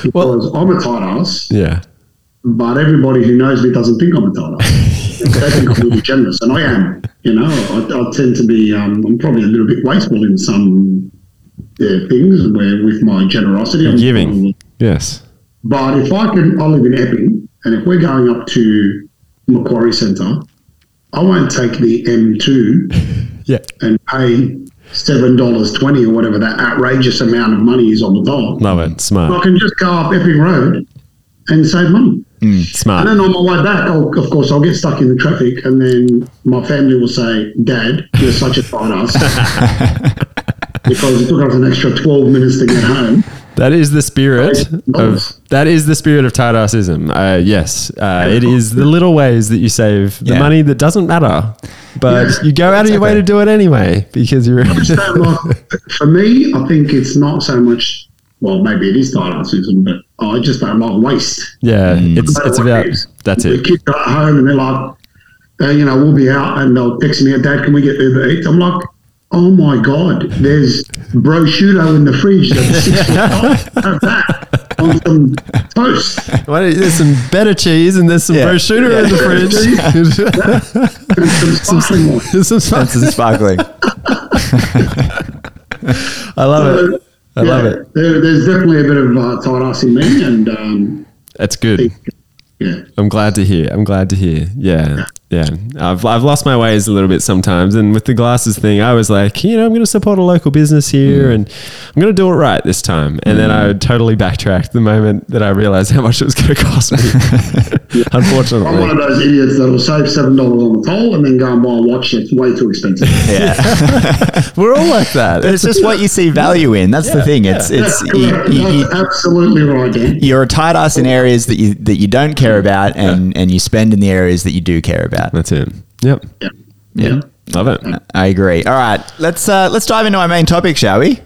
[SPEAKER 5] Because I'm a tight ass,
[SPEAKER 1] yeah?
[SPEAKER 5] but everybody who knows me doesn't think I'm a tight ass. they think I'm really generous, and I am. You know, I, I tend to be, um, I'm probably a little bit wasteful in some yeah, things where with my generosity. I'm
[SPEAKER 1] Giving. Yes.
[SPEAKER 5] But if I can, I live in Epping, and if we're going up to Macquarie Centre, I won't take the M2
[SPEAKER 1] Yeah.
[SPEAKER 5] and pay seven dollars twenty or whatever that outrageous amount of money is on the dollar.
[SPEAKER 1] Love it.
[SPEAKER 5] I
[SPEAKER 1] Smart.
[SPEAKER 5] can just go up Epping Road and save money. And
[SPEAKER 1] Smart.
[SPEAKER 5] then on my way back, I'll, of course, I'll get stuck in the traffic, and then my family will say, "Dad, you're such a fine ass." Because it took us an extra 12 minutes to get home.
[SPEAKER 1] That is the spirit
[SPEAKER 5] Right.
[SPEAKER 1] of that is the spirit of Tardassism. Uh, yes, uh, it is the little ways that you save the
[SPEAKER 2] Yeah.
[SPEAKER 1] money that doesn't matter, but you go out of your way to do it anyway because you're.
[SPEAKER 5] Just don't like- for me, I think it's not so much, well, maybe it is tight artism, but I just don't like waste.
[SPEAKER 1] Yeah, it's
[SPEAKER 5] matter
[SPEAKER 1] it's
[SPEAKER 5] what
[SPEAKER 1] about
[SPEAKER 5] it is.
[SPEAKER 1] that's
[SPEAKER 5] the
[SPEAKER 1] it.
[SPEAKER 5] kids are at home and they're like, uh, you know, we'll be out and they'll text me, Dad, can we get Uber Eats? I'm like, oh my God, there's prosciutto in the fridge that's six foot high. Have that on some toast.
[SPEAKER 1] Why don't you- there's some better cheese and there's some
[SPEAKER 2] Yeah.
[SPEAKER 1] prosciutto in the
[SPEAKER 5] And some sparkling wine.
[SPEAKER 1] fridge. some
[SPEAKER 2] That's
[SPEAKER 1] spices.
[SPEAKER 2] sparkling.
[SPEAKER 1] I love it. I love
[SPEAKER 5] Yeah,
[SPEAKER 1] it.
[SPEAKER 5] There, there's definitely a bit of uh, tight ass in me and, um,
[SPEAKER 1] That's good.
[SPEAKER 5] yeah.
[SPEAKER 1] I'm glad to hear. I'm glad to hear. Yeah. Yeah. I've, I've lost my ways a little bit sometimes. And with the glasses thing, I was like, you know, I'm going to support a local business
[SPEAKER 2] Mm.
[SPEAKER 1] here and I'm going to do it right this time. And then I totally backtracked the moment that I realized how much it was going to cost me.
[SPEAKER 5] I'm one of
[SPEAKER 1] Unfortunately.
[SPEAKER 5] those idiots that'll save $7 on the toll and then go and buy a watch that's way too expensive.
[SPEAKER 1] We're all like that.
[SPEAKER 2] But it's just what you see value in. That's the thing. It's it's
[SPEAKER 5] That's
[SPEAKER 2] you,
[SPEAKER 5] correct.
[SPEAKER 2] you, you,
[SPEAKER 5] That's absolutely right, Dan.
[SPEAKER 2] you're a tight ass in areas that you that you don't care about, and and you spend in the areas that you do care about.
[SPEAKER 1] That's it. Yep.
[SPEAKER 5] Yeah. Yeah.
[SPEAKER 1] Love it.
[SPEAKER 2] I agree. All right, let's uh, let's dive into our main topic, shall we?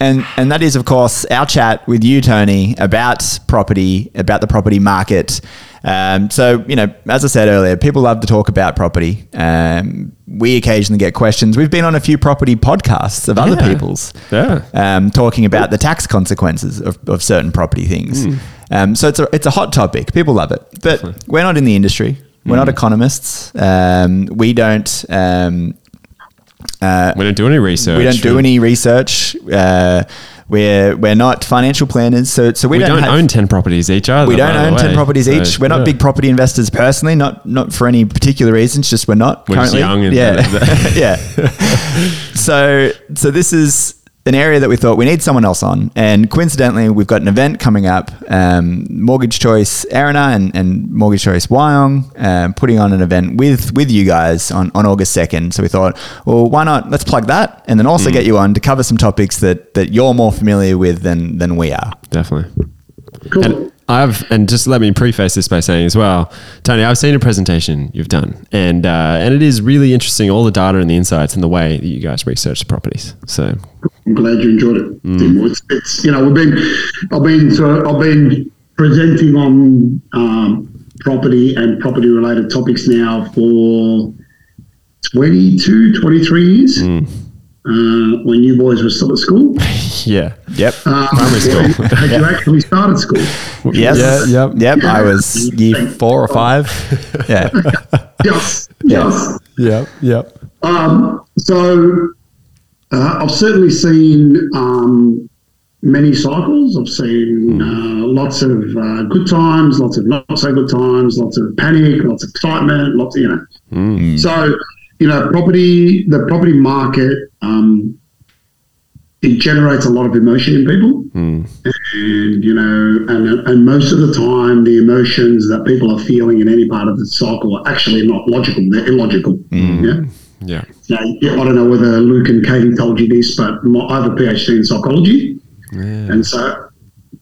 [SPEAKER 2] And and that is, of course, our chat with you, Tony, about property, about the property market. Um, so you know, as I said earlier, people love to talk about property. Um, we occasionally get questions. We've been on a few property podcasts of other
[SPEAKER 1] Yeah.
[SPEAKER 2] people's,
[SPEAKER 1] Yeah.
[SPEAKER 2] um, talking about the tax consequences of, of certain property things.
[SPEAKER 1] Hmm.
[SPEAKER 2] Um, so it's a, it's a hot topic. People love it. But we're not in the industry. We're
[SPEAKER 1] Hmm.
[SPEAKER 2] not economists. Um, we don't um,
[SPEAKER 1] We don't do any research.
[SPEAKER 2] Uh, we don't do any research. Uh, we're we're not financial planners. So so we,
[SPEAKER 1] We don't,
[SPEAKER 2] have-
[SPEAKER 1] own 10 properties each either.
[SPEAKER 2] we don't
[SPEAKER 1] by the
[SPEAKER 2] own ten
[SPEAKER 1] way.
[SPEAKER 2] properties
[SPEAKER 1] So,
[SPEAKER 2] each. We're not
[SPEAKER 1] yeah.
[SPEAKER 2] big property investors personally. Not not for any particular reasons. Just we're not
[SPEAKER 1] We're just
[SPEAKER 2] currently.
[SPEAKER 1] young and-
[SPEAKER 2] yeah, yeah. so so this is an area that we thought we need someone else on, and coincidentally, we've got an event coming up. Um, Mortgage Choice Arena and, and Mortgage Choice Wyong um, putting on an event with with you guys on on August second. So we thought, well, why not? Let's plug that, and then also
[SPEAKER 1] Mm.
[SPEAKER 2] get you on to cover some topics that that you're more familiar with than than we are.
[SPEAKER 1] Definitely.
[SPEAKER 5] Cool.
[SPEAKER 1] And I've and just let me preface this by saying as well, Tony, I've seen a presentation you've done, and uh, and it is really interesting all the data and the insights and the way that you guys research the properties. So
[SPEAKER 5] I'm glad you enjoyed it.
[SPEAKER 2] Mm.
[SPEAKER 5] Tim. It's, it's you know we've been I've been to, I've been presenting on um, property and property related topics now for 22, 23 years.
[SPEAKER 2] Mm.
[SPEAKER 5] Uh, when you boys were still at school,
[SPEAKER 1] yeah,
[SPEAKER 2] Yep.
[SPEAKER 5] uh,
[SPEAKER 1] school.
[SPEAKER 5] had you actually started school?
[SPEAKER 2] Yes.
[SPEAKER 1] Yeah, yep.
[SPEAKER 2] Yep. I was year four or five. Yeah.
[SPEAKER 5] Yes,
[SPEAKER 2] Yeah.
[SPEAKER 5] yes.
[SPEAKER 1] yep, yep.
[SPEAKER 5] Um, so uh, I've certainly seen um, many cycles. I've seen uh, lots of uh, good times, lots of not so good times, lots of panic, lots of excitement, lots you know. So you know, property the property market um, it generates a lot of emotion in people,
[SPEAKER 1] Mm.
[SPEAKER 5] and you know, and and most of the time, the emotions that people are feeling in any part of the cycle are actually not logical; they're illogical. Yeah.
[SPEAKER 1] Yeah.
[SPEAKER 5] Now, I don't know whether Luke and Katie told you this, but my, I have a PhD in psychology. And so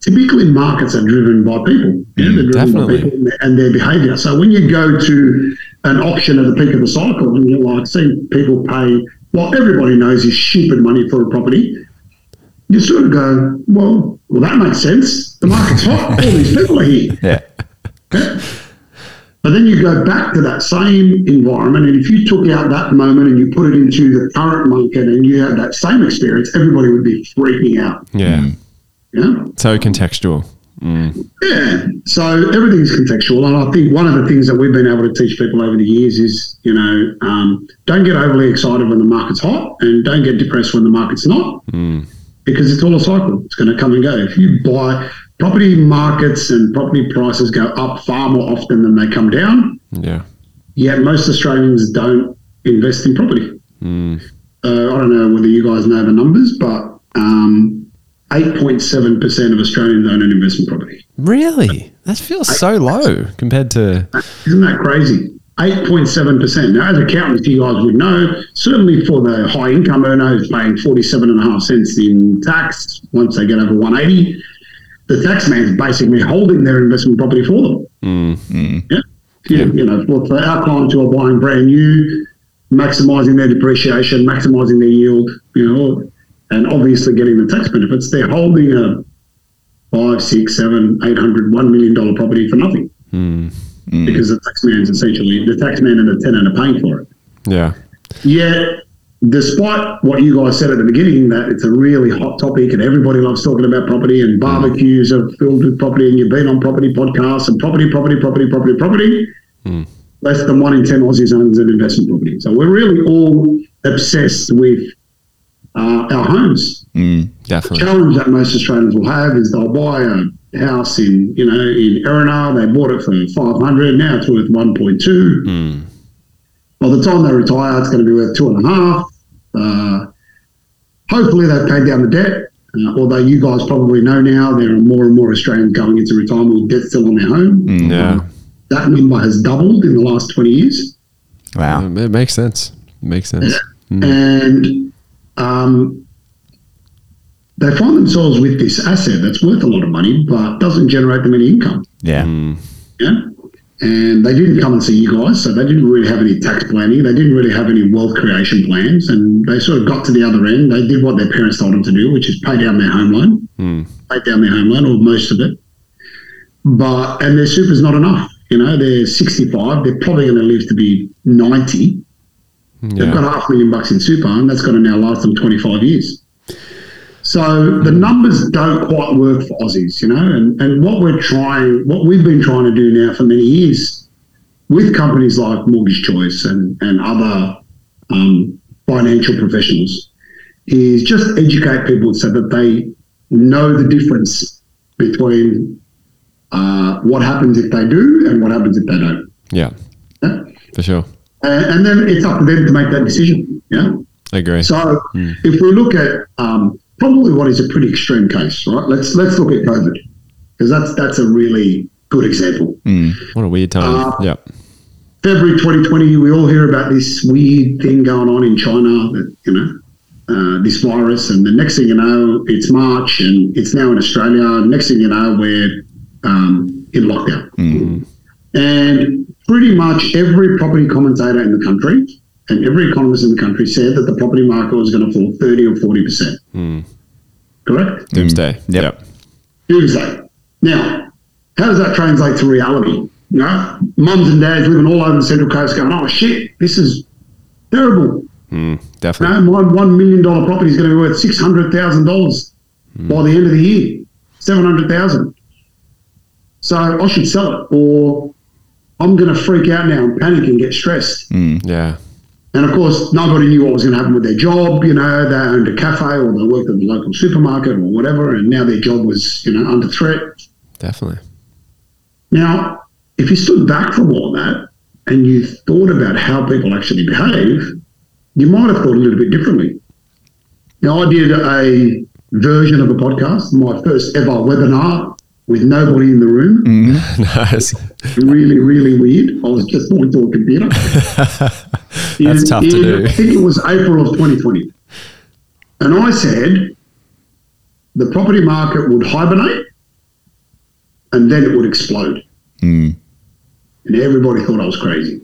[SPEAKER 5] typically markets are driven by people. Yeah, they're driven
[SPEAKER 1] definitely.
[SPEAKER 5] by people and their, and their behavior. So when you go to an auction at the peak of the cycle and you're like seeing people pay what everybody knows is stupid money for a property, you sort of go, well, well, that makes sense. The market's hot. All these people are here.
[SPEAKER 2] Yeah.
[SPEAKER 5] But then you go back to that same environment, and if you took out that moment and you put it into the current market and you had that same experience, everybody would be freaking out.
[SPEAKER 1] Yeah.
[SPEAKER 5] Yeah.
[SPEAKER 1] So contextual.
[SPEAKER 5] Yeah. So everything's contextual. And I think one of the things that we've been able to teach people over the years is, you know, um, don't get overly excited when the market's hot and don't get depressed when the market's not because it's all a cycle. It's going to come and go. If you buy property markets and property prices go up far more often than they come down,
[SPEAKER 1] Yeah.
[SPEAKER 5] yet most Australians don't invest in property. Uh, I don't know whether you guys know the numbers, but um, 8.7% of Australians own an investment property.
[SPEAKER 1] Really? That feels so low compared to.
[SPEAKER 5] Isn't that crazy? 8.7%. Now, as accountants, you guys would know, certainly for the high income earner who's paying 47.5 cents in tax once they get over 180, the tax man's basically holding their investment property for them. Yeah. You, you know, for, for our clients who are buying brand new, maximizing their depreciation, maximizing their yield, you know, and obviously getting the tax benefits, they're holding a five, six, seven, eight hundred, one million dollar property for nothing because the tax man's essentially the tax man and the tenant are paying for it.
[SPEAKER 1] Yeah.
[SPEAKER 5] Yet, despite what you guys said at the beginning, that it's a really hot topic and everybody loves talking about property and barbecues are filled with property and you've been on property podcasts and property, property, property, property, property. Less than one in ten Aussies owns an investment property. So we're really all obsessed with uh, our homes
[SPEAKER 2] Mm,
[SPEAKER 1] Definitely.
[SPEAKER 5] challenge that most Australians will have is they'll buy a house in you know in Erina, they bought it for five hundred, now it's worth one point two.
[SPEAKER 1] Mm.
[SPEAKER 5] By the time they retire, it's going to be worth two and a half. Uh, hopefully, they've paid down the debt. Uh, although you guys probably know now, there are more and more Australians going into retirement with debt still on their home.
[SPEAKER 2] Mm.
[SPEAKER 1] Yeah.
[SPEAKER 5] That number has doubled in the last twenty years.
[SPEAKER 2] Wow.
[SPEAKER 1] Um, It makes sense. Makes sense.
[SPEAKER 5] and um, they find themselves with this asset that's worth a lot of money but doesn't generate them any income.
[SPEAKER 2] Yeah.
[SPEAKER 1] Mm.
[SPEAKER 5] Yeah. And they didn't come and see you guys, so they didn't really have any tax planning. They didn't really have any wealth creation plans, and they sort of got to the other end. They did what their parents told them to do, which is pay down their home loan, pay down their home loan or most of it. But and their super's not enough. You know, they're sixty-five. They're probably going to live to be ninety. They've
[SPEAKER 1] Yeah.
[SPEAKER 5] got half a million bucks in super, and that's going to now last them 25 years. So the numbers don't quite work for Aussies, you know. And, and what we're trying, what we've been trying to do now for many years with companies like Mortgage Choice and, and other um, financial professionals is just educate people so that they know the difference between uh, what happens if they do and what happens if they don't.
[SPEAKER 1] Yeah.
[SPEAKER 5] Yeah?
[SPEAKER 1] For sure.
[SPEAKER 5] And, and then it's up to them to make that decision. Yeah.
[SPEAKER 1] I agree.
[SPEAKER 5] So if we look at um, probably what is a pretty extreme case, right? Let's let's look at COVID because that's that's a really good example.
[SPEAKER 1] What a weird time. Yeah.
[SPEAKER 5] February 2020, we all hear about this weird thing going on in China, that, you know, uh, this virus, and the next thing you know, it's March and it's now in Australia. Next thing you know, we're um, in lockdown,
[SPEAKER 2] Mm,
[SPEAKER 5] and pretty much every property commentator in the country and every economist in the country said that the property market was going to fall 30 or 40 percent. Correct.
[SPEAKER 1] Doomsday.
[SPEAKER 2] Yep.
[SPEAKER 1] Yep.
[SPEAKER 5] Doomsday. Now, how does that translate to reality? You know, mums and dads living all over the Central Coast going, oh shit, this is terrible. You
[SPEAKER 1] Definitely.
[SPEAKER 5] know, my $1 million property is going to be worth $600,000 by the end of the year, 700000 So I should
[SPEAKER 2] mm,
[SPEAKER 5] sell it, or I'm going to freak out now and panic and get stressed.
[SPEAKER 1] Yeah.
[SPEAKER 5] And of course, nobody knew what was going to happen with their job. You know, they owned a cafe or they worked at the local supermarket or whatever, and now their job was, you know, under threat.
[SPEAKER 1] Definitely.
[SPEAKER 5] Now, if you stood back from all that and you thought about how people actually behave, you might have thought a little bit differently. Now, I did a version of a podcast, my first ever webinar with nobody in the room.
[SPEAKER 1] Mm. nice.
[SPEAKER 5] Really, really weird. I was just talking to a computer.
[SPEAKER 1] That's tough to do.
[SPEAKER 5] I think it was April of 2020. And I said the property market would hibernate and then it would explode.
[SPEAKER 2] mm.
[SPEAKER 5] And everybody thought I was crazy.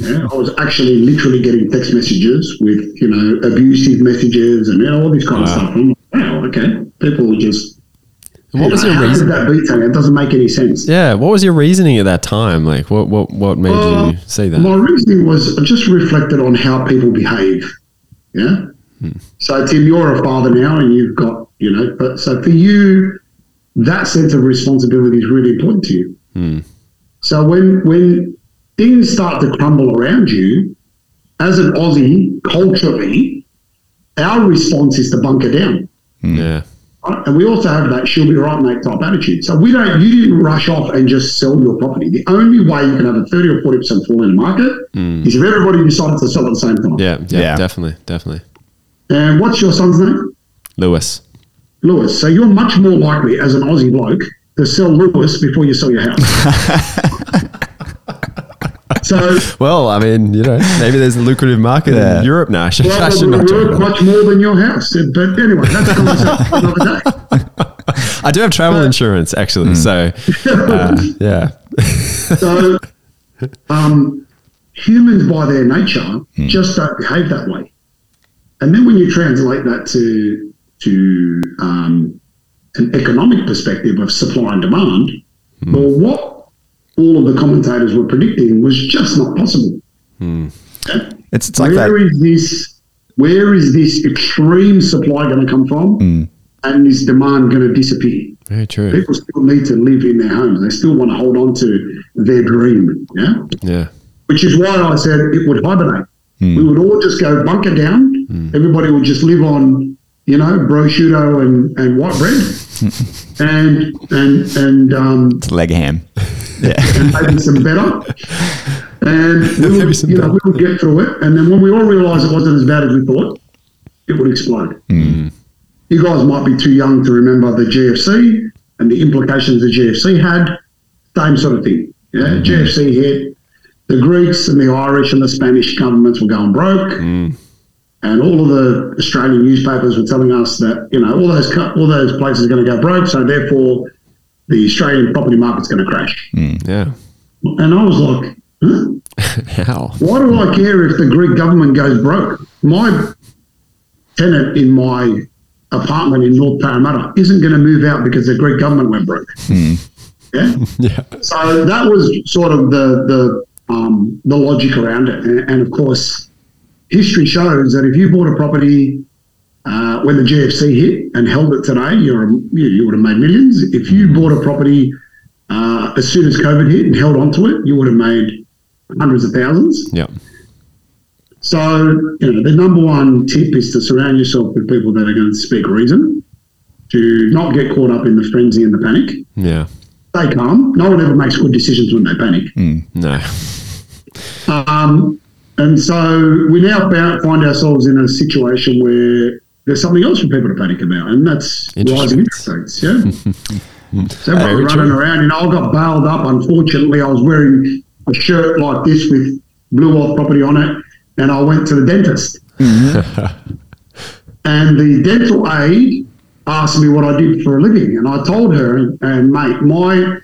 [SPEAKER 5] Yeah, I was actually literally getting text messages with, you know, abusive messages and you know, all this kind of stuff. I'm like, wow, okay. People just.
[SPEAKER 1] And what was your
[SPEAKER 5] How could
[SPEAKER 1] reason?
[SPEAKER 5] that be something? It doesn't make any sense.
[SPEAKER 1] Yeah, what was your reasoning at that time? Like, what what what made
[SPEAKER 5] Uh,
[SPEAKER 1] you say
[SPEAKER 5] My
[SPEAKER 1] that?
[SPEAKER 5] reasoning was I just reflected on how people behave. Yeah.
[SPEAKER 1] Hmm.
[SPEAKER 5] So Tim, you're a father now, and you've got you know. But so for you, that sense of responsibility is really important to you.
[SPEAKER 1] Hmm.
[SPEAKER 5] So when when things start to crumble around you, as an Aussie culturally, our response is to bunker down.
[SPEAKER 1] Yeah,
[SPEAKER 5] Right? And we also have that she'll be right, mate type attitude. So we don't, you didn't rush off and just sell your property. The only way you can have a 30 or 40% fall in the market is if everybody decided to sell at the same time.
[SPEAKER 1] yeah, yeah,
[SPEAKER 2] Yeah.
[SPEAKER 1] definitely, definitely.
[SPEAKER 5] And what's your son's name?
[SPEAKER 1] Lewis.
[SPEAKER 5] Lewis. So you're much more likely as an Aussie bloke to sell Lewis before you sell your house. so
[SPEAKER 1] Well, I mean, you know, maybe there's a lucrative market
[SPEAKER 2] Yeah.
[SPEAKER 1] in Europe now. I should, I
[SPEAKER 5] probably
[SPEAKER 1] should not talk
[SPEAKER 5] worth
[SPEAKER 1] about
[SPEAKER 5] much more than your house. But anyway, that's a conversation for another day.
[SPEAKER 1] that. I do have travel insurance actually, so uh, yeah,
[SPEAKER 5] So, um, humans by their nature
[SPEAKER 2] Hmm.
[SPEAKER 5] just don't behave that way. And then when you translate that to to um, an economic perspective of supply and demand,
[SPEAKER 2] Hmm.
[SPEAKER 5] well, what all of the commentators were predicting was just not possible. Okay?
[SPEAKER 2] It's, it's like that.
[SPEAKER 5] Where is this? Where is this extreme supply going to come from?
[SPEAKER 2] Hmm.
[SPEAKER 5] And is demand going to disappear?
[SPEAKER 1] very true.
[SPEAKER 5] People still need to live in their homes. They still want to hold on to their dream. Yeah.
[SPEAKER 1] Yeah,
[SPEAKER 5] Which is why I said it would hibernate. We would all just go bunker down. Everybody would just live on, you know, prosciutto and, and white bread and and and um
[SPEAKER 2] It's leg ham.
[SPEAKER 5] and maybe some better. And we
[SPEAKER 1] Maybe
[SPEAKER 5] would,
[SPEAKER 1] some
[SPEAKER 5] you know,
[SPEAKER 1] better.
[SPEAKER 5] we would get through it. And then when we all realised it wasn't as bad as we thought, it would explode.
[SPEAKER 1] Hmm.
[SPEAKER 5] You guys might be too young to remember the GFC and the implications the GFC had. Same sort of thing. Yeah,
[SPEAKER 1] Hmm.
[SPEAKER 5] GFC hit. The Greeks and the Irish and the Spanish governments were going broke.
[SPEAKER 1] Hmm.
[SPEAKER 5] And all of the Australian newspapers were telling us that, you know, all those, co- all those places are going to go broke. So therefore, the Australian property market's going to crash.
[SPEAKER 1] yeah.
[SPEAKER 5] And I was like, huh?
[SPEAKER 1] How?
[SPEAKER 5] why do I care if the Greek government goes broke? My tenant in my apartment in North Parramatta isn't going to move out because the Greek government went broke. Yeah.
[SPEAKER 1] Yeah,
[SPEAKER 5] So that was sort of the the um, the logic around it, and, and of course, history shows that if you bought a property uh, when the GFC hit and held it today, you're a, you, you would have made millions. If you bought a property uh, as soon as COVID hit and held onto it, you would have made hundreds of thousands.
[SPEAKER 1] yeah,
[SPEAKER 5] So, you know, the number one tip is to surround yourself with people that are going to speak reason, to not get caught up in the frenzy and the panic.
[SPEAKER 1] yeah.
[SPEAKER 5] Stay calm. No one ever makes good decisions when they panic.
[SPEAKER 1] No,
[SPEAKER 5] Um, and so we now found, find ourselves in a situation where there's something else for people to panic about, and that's
[SPEAKER 1] Interest
[SPEAKER 5] rising
[SPEAKER 1] rates.
[SPEAKER 5] interest rates. Yeah. so
[SPEAKER 1] Very
[SPEAKER 5] everyone's running
[SPEAKER 1] true.
[SPEAKER 5] around, and I got bailed up. Unfortunately, I was wearing a shirt like this with blue off property on it, and I went to the dentist. and the dental aide asked me what I did for a living, and I told her, and mate, my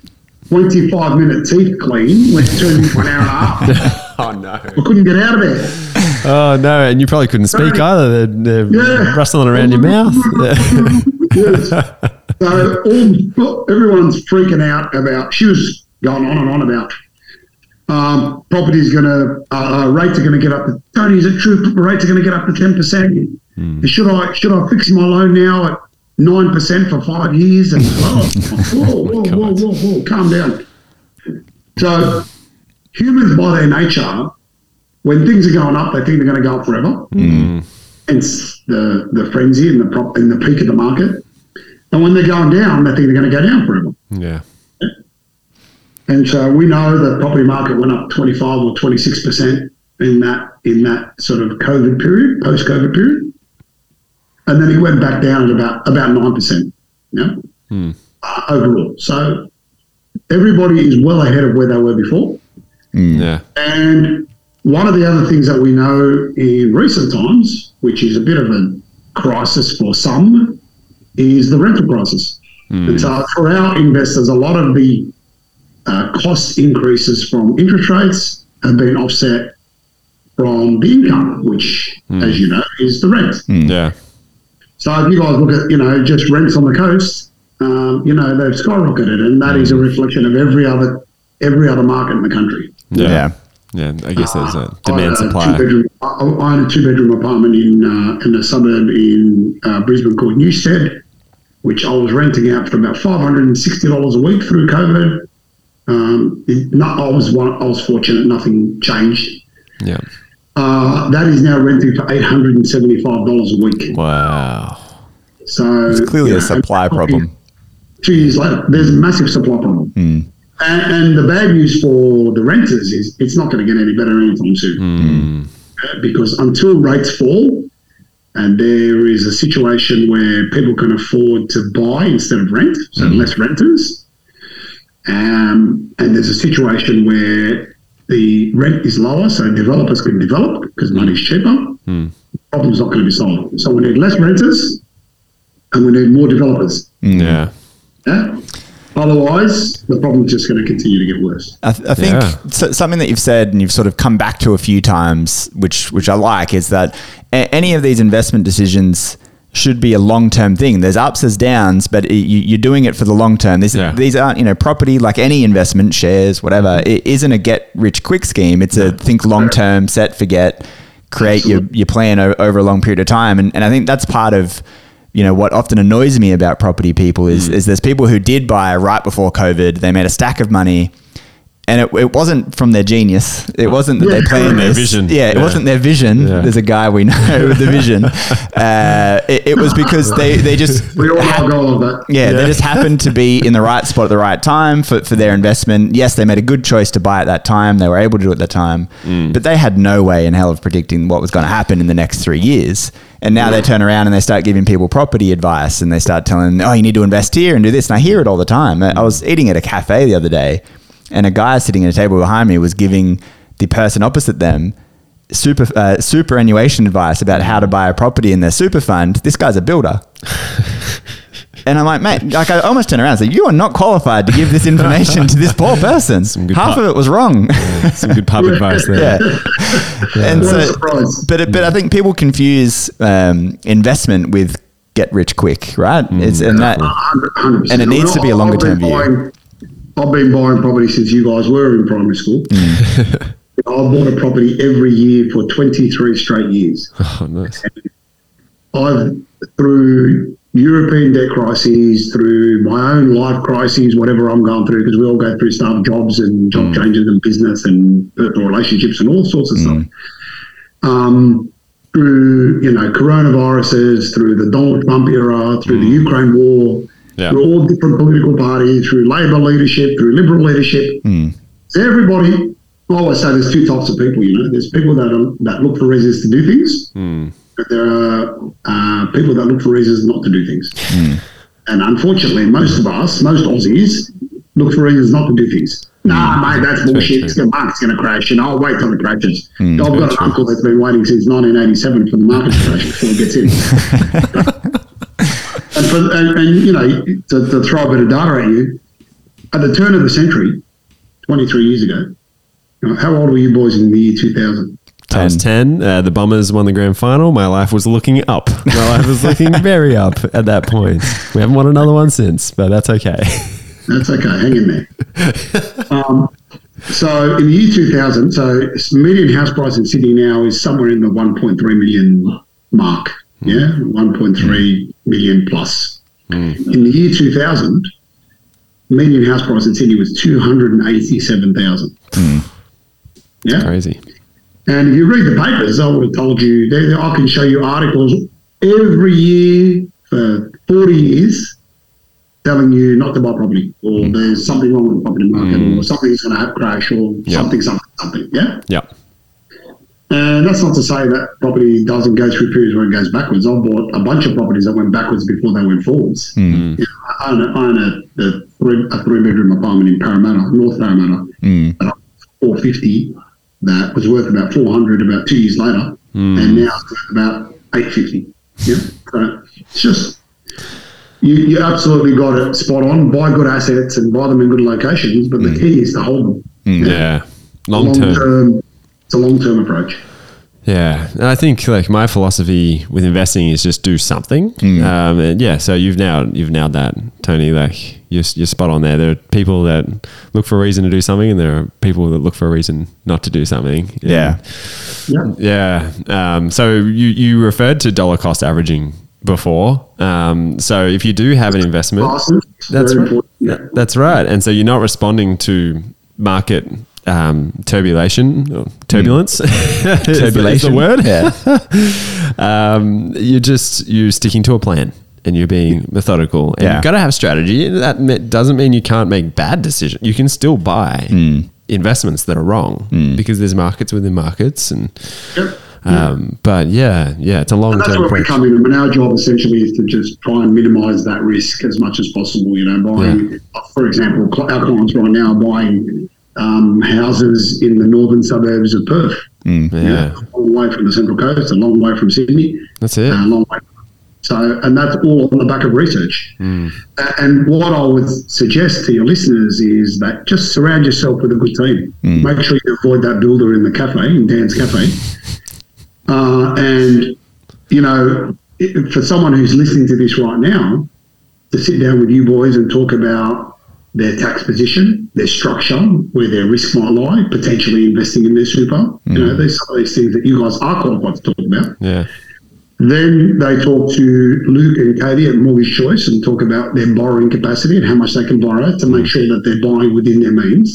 [SPEAKER 5] 25 minute teeth clean went turned into an hour and a half. I couldn't get out of there.
[SPEAKER 1] oh no, and you probably couldn't speak either. They're, they're
[SPEAKER 5] Yeah.
[SPEAKER 1] rustling around your mouth. Yeah.
[SPEAKER 5] Yes. so all, everyone's freaking out about. She was going on and on about um, property's going to uh, uh, rates are going to get up. To, Tony, is it true? Rates are going to get up to ten percent. Should I should I fix my loan now at nine percent for five years? And oh, whoa, whoa, whoa, whoa, whoa, whoa, calm down. So humans by their nature when things are going up, they think they're going to go up forever. Hence the the frenzy and the prop and the peak of the market. And when they're going down, they think they're going to go down forever.
[SPEAKER 1] Yeah.
[SPEAKER 5] And so we know the property market went up 25 or 26 percent in that in that sort of COVID period, post COVID period, and then it went back down at about about nine percent, you know, uh, overall. So everybody is well ahead of where they were before.
[SPEAKER 2] Mm.
[SPEAKER 1] Yeah.
[SPEAKER 5] And one of the other things that we know in recent times, which is a bit of a crisis for some, is the rental crisis.
[SPEAKER 1] Mm.
[SPEAKER 5] And
[SPEAKER 1] Hmm.
[SPEAKER 5] so uh, for our investors, a lot of the uh, cost increases from interest rates have been offset from the income, which, as you know, is the rent.
[SPEAKER 1] Yeah.
[SPEAKER 5] So if you guys look at, you know, just rents on the coast, um, you know, they've skyrocketed, and that is a reflection of every other every other market in the country.
[SPEAKER 1] Yeah.
[SPEAKER 2] Yeah.
[SPEAKER 1] Yeah, I guess there's a
[SPEAKER 5] I own
[SPEAKER 1] demand
[SPEAKER 5] a
[SPEAKER 1] supply.
[SPEAKER 5] two-bedroom- I, I own a two bedroom apartment in uh, in a suburb in uh, Brisbane called Newstead, which I was renting out for about five hundred and sixty dollars a week through COVID. Um, it, not, I was one, I was fortunate; nothing changed.
[SPEAKER 1] Yeah.
[SPEAKER 5] Uh, that is now renting for eight hundred and seventy five dollars a week.
[SPEAKER 2] Wow.
[SPEAKER 5] So
[SPEAKER 2] It's clearly
[SPEAKER 5] you
[SPEAKER 2] a
[SPEAKER 5] know,
[SPEAKER 2] supply problem.
[SPEAKER 5] Two years later, there's a massive supply problem. And, and the bad news for the renters is it's not going to get any better anytime soon. Uh, Because until rates fall and there is a situation where people can afford to buy instead of rent, so less renters, um, and there's a situation where the rent is lower, so developers can develop because money's cheaper, problem's not going to be solved. So we need less renters and we need more developers.
[SPEAKER 1] Yeah.
[SPEAKER 5] Yeah. Otherwise, the problem's just going to continue to get worse.
[SPEAKER 2] I, th- I think
[SPEAKER 1] Yeah.
[SPEAKER 2] so, something that you've said and you've sort of come back to a few times, which which I like, is that a- any of these investment decisions should be a long term thing. There's ups, there's downs, but i you, you're doing it for the long term. These
[SPEAKER 1] Yeah.
[SPEAKER 2] these aren't you know property like any investment, shares, whatever. It isn't a get rich quick scheme. It's a think long term, set forget, create your your plan o- over a long period of time, and and I think that's part of you know what often annoys me about property people is
[SPEAKER 1] Mm.
[SPEAKER 2] is there's people who did buy right before COVID. They made a stack of money and it, it wasn't from their genius. It wasn't that they
[SPEAKER 5] Yeah.
[SPEAKER 2] planned
[SPEAKER 1] Their
[SPEAKER 2] this.
[SPEAKER 1] vision.
[SPEAKER 2] Yeah, it
[SPEAKER 1] Yeah.
[SPEAKER 2] wasn't their vision.
[SPEAKER 1] Yeah.
[SPEAKER 2] There's a guy we know with the vision. Uh, it, it was because they they just
[SPEAKER 5] We all
[SPEAKER 2] hap-
[SPEAKER 5] have goal of that.
[SPEAKER 2] yeah, they just happened to be in the right spot at the right time for, for their investment. Yes, they made a good choice to buy at that time. They were able to do it at that time, but they had no way in hell of predicting what was going to happen in the next three years. And now they turn around and they start giving people property advice and they start telling, oh, you need to invest here and do this. And I hear it all the time. I I was eating at a cafe the other day and a guy sitting at a table behind me was giving the person opposite them super uh, superannuation advice about how to buy a property in their super fund. This guy's a builder. And I'm like, mate, like I almost turn around and say, you are not qualified to give this information to this poor person.
[SPEAKER 1] good
[SPEAKER 2] Half
[SPEAKER 1] pu-
[SPEAKER 2] of it was wrong.
[SPEAKER 1] Some good pub advice there.
[SPEAKER 2] yeah. And
[SPEAKER 5] What a
[SPEAKER 2] so,
[SPEAKER 5] surprise.
[SPEAKER 2] but, it, but I think people confuse um, investment with get rich quick, right?
[SPEAKER 1] Mm,
[SPEAKER 2] It's, and that,
[SPEAKER 5] 100%.
[SPEAKER 2] And it needs to be a longer term view.
[SPEAKER 5] I've been buying property since you guys were in primary school.
[SPEAKER 2] Mm.
[SPEAKER 5] I bought a property every year for 23 straight years.
[SPEAKER 1] Oh, nice.
[SPEAKER 5] I've through European debt crises, through my own life crises, whatever I'm going through, because we all go through stuff, jobs and job changes and business and personal relationships and all sorts of stuff. Um, through you know coronaviruses, through the Donald Trump era, through the Ukraine war,
[SPEAKER 1] Yeah.
[SPEAKER 5] through all different political parties, through Labor leadership, through Liberal leadership. Everybody, I always say there's two types of people. You know, there's people that are, that look for reasons to do things but there are uh, people that look for reasons not to do things. And unfortunately, most of us, most Aussies, look for reasons not to do things. Nah, mate, that's bullshit. It's
[SPEAKER 1] true.
[SPEAKER 5] the market's going to crash, and I'll wait till it crashes. I've got an uncle that's been waiting since 1987 for the market to crash before it gets in. and, for, and, and, you know, to, to throw a bit of data at you, at the turn of the century, 23 years ago, you know, how old were you boys in the year 2000?
[SPEAKER 1] I was 10. Uh, the Bombers won the grand final. My life was looking up. My life was looking very up at that point. We haven't won another one since, but that's okay.
[SPEAKER 5] That's okay. Hang in there. um, so in the year 2000, so s- median house price in Sydney now is somewhere in the 1.3 million mark. Yeah, 1.3 million plus. In the year 2000, median house price in Sydney was 287,000. Yeah.
[SPEAKER 1] Crazy.
[SPEAKER 5] And if you read the papers, I would have told you, they, they- I can show you articles every year for 40 years telling you not to buy property or there's something wrong with the property market or something's going to crash or something, something, something. Yeah.
[SPEAKER 1] Yeah.
[SPEAKER 5] And that's not to say that property doesn't go through periods where it goes backwards. I bought a bunch of properties that went backwards before they went forwards. You know, I own, a, I own a, a, three, a three bedroom apartment in Parramatta, North Parramatta, that I- 450 that was worth about 400 about two years later,
[SPEAKER 1] Hmm.
[SPEAKER 5] and now it's worth about 850. Yeah. So it's just, you, you absolutely got it spot on. Buy good assets and buy them in good locations, but the key is to hold them.
[SPEAKER 1] Yeah. Hmm. Long
[SPEAKER 5] Long
[SPEAKER 1] term.
[SPEAKER 5] term, it's a long term approach.
[SPEAKER 1] Yeah. And I think like my philosophy with investing is just do something. Um, and yeah. So you've now, you've nailed that, Tony. Like you're, you're spot on there. There are people that look for a reason to do something and there are people that look for a reason not to do something. And
[SPEAKER 2] Yeah.
[SPEAKER 1] Hmm.
[SPEAKER 5] Yeah.
[SPEAKER 1] Yeah. Um, so you, you referred to dollar cost averaging before. Um, so if you do have an investment,
[SPEAKER 5] Classes,
[SPEAKER 1] That's
[SPEAKER 5] very
[SPEAKER 1] right.
[SPEAKER 5] important. Yeah.
[SPEAKER 1] That- That's right. And so you're not responding to market um, turbulation, or turbulence.
[SPEAKER 5] Hmm.
[SPEAKER 1] Is the- is the
[SPEAKER 2] Turbulation.
[SPEAKER 1] word.
[SPEAKER 2] Yeah.
[SPEAKER 1] Um, you're just you're sticking to a plan and you're being methodical. And
[SPEAKER 2] Yeah.
[SPEAKER 1] you've got to have strategy. That me- doesn't mean you can't make bad decisions. You can still buy
[SPEAKER 5] Hmm.
[SPEAKER 1] investments that are wrong because there's markets within markets. And
[SPEAKER 5] Yep.
[SPEAKER 1] um, but yeah, yeah, it's a long
[SPEAKER 5] And that's
[SPEAKER 1] term
[SPEAKER 5] where we
[SPEAKER 1] approach.
[SPEAKER 5] come in. And our job essentially is to just try and minimise that risk as much as possible. You know, buying, for example, cl- our clients right now are buying um, houses in the northern suburbs of Perth. you know,
[SPEAKER 1] Yeah,
[SPEAKER 5] a long way from the central coast, a long way from Sydney,
[SPEAKER 1] that's it.
[SPEAKER 5] and a long way. Um, So, and that's all on the back of research. A- And what I would suggest to your listeners is that just surround yourself with a good team. Make sure you avoid that builder in the cafe, in Dan's cafe. Uh, and, you know, i for someone who's listening to this right now, to sit down with you boys and talk about their tax position, their structure, where their risk might lie, potentially investing in their super. You know, there's some of these things that you guys are qualified to talk about.
[SPEAKER 1] Yeah,
[SPEAKER 5] Then they talk to Luke and Katie at Mortgage Choice and talk about their borrowing capacity and how much they can borrow to make sure that they're buying within their means.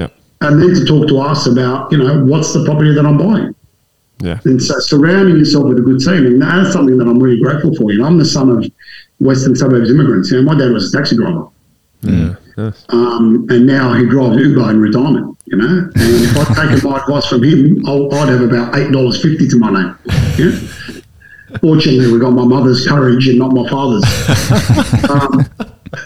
[SPEAKER 1] yeah,
[SPEAKER 5] And then to talk to us about, you know, what's the property that I'm buying?
[SPEAKER 1] yeah.
[SPEAKER 5] And so surrounding yourself with a good team, and that's something that I'm really grateful for. You know, I'm the son of Western suburbs immigrants. You know, my dad was a taxi driver. Um, and now he drives Uber in retirement, you know. And if I'd taken my advice from him, I'll, I'd have about $8.50 to my name. Yeah? Fortunately, we got my mother's courage and not my father's. um,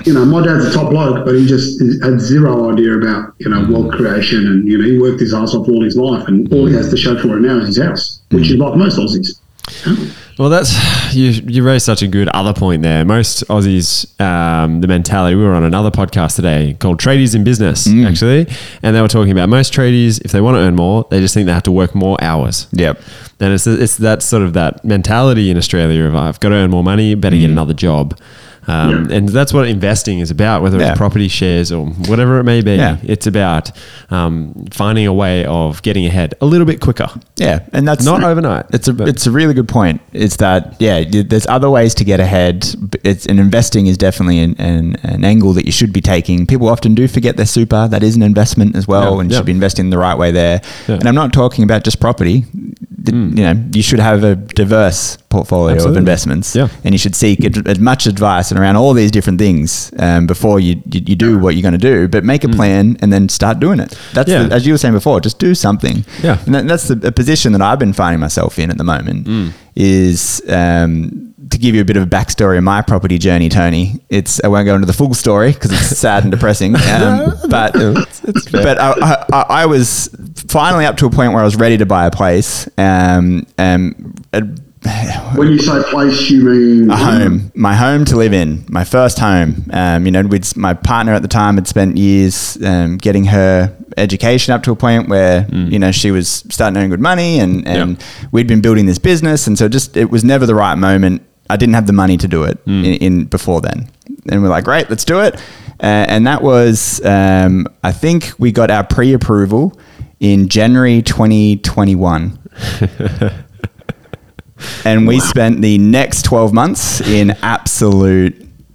[SPEAKER 5] you know, my dad's a top bloke, but he just had zero idea about, you know, wealth creation. And, you know, he worked his ass off all his life, and all he has to show for it now is his house, which is
[SPEAKER 2] Mm.
[SPEAKER 5] like most Aussies.
[SPEAKER 1] Well, that's you. You raised such a good other point there. Most Aussies, um, the mentality. We were on another podcast today called "Tradies in Business,"
[SPEAKER 2] Mm.
[SPEAKER 1] actually, and they were talking about most tradies. If they want to earn more, they just think they have to work more hours.
[SPEAKER 2] Yep.
[SPEAKER 1] And it's it's that sort of that mentality in Australia of I've got to earn more money, better
[SPEAKER 2] Mm.
[SPEAKER 1] get another job. Um, And that's what investing is about, whether
[SPEAKER 2] Yeah.
[SPEAKER 1] it's property shares or whatever it may be.
[SPEAKER 2] Yeah.
[SPEAKER 1] It's about um, finding a way of getting ahead a little bit quicker.
[SPEAKER 2] Yeah, and that's
[SPEAKER 1] Not overnight,
[SPEAKER 2] It's a
[SPEAKER 1] but-
[SPEAKER 2] it's a really good point. It's that yeah, y- there's other ways to get ahead. B- It's and investing is definitely an, an, an angle that you should be taking. People often do forget their super. That is an investment as well,
[SPEAKER 1] Yeah,
[SPEAKER 2] and
[SPEAKER 1] yeah.
[SPEAKER 2] should be investing the right way there. And I'm not talking about just property. The- You know, you should have a diverse portfolio of
[SPEAKER 1] Hmm. Absolutely.
[SPEAKER 2] investments,
[SPEAKER 1] Yeah.
[SPEAKER 2] and you should seek ad- as much advice and around all these different things um, before you, you you do what you're going to do. But make a plan and then start doing it. That's
[SPEAKER 1] Hmm. Yeah.
[SPEAKER 2] the, as you were saying before. Just do something.
[SPEAKER 1] Yeah.
[SPEAKER 2] And that- that's the a position that I've been finding myself in at the moment is um, to give you a bit of a backstory of my property journey, Tony. It's I won't go into the full story because it's sad and depressing. Um, but but I, I- I, I was finally up to a point where I was ready to buy a place. Um, um, a-
[SPEAKER 5] When you say place, you mean
[SPEAKER 2] Oh. a home, my home to live in, my first home. Um, you know, we'd, my partner at the time had spent years um, getting her education up to a point where you know she was starting to earn good money, and and we'd been building this business, and so just it was never the right moment. I didn't have the money to do it in, in before then, and we're like, great, let's do it. Uh, and that was, um, I think, we got our pre-approval in January 2021 and we spent the next 12 months in absolute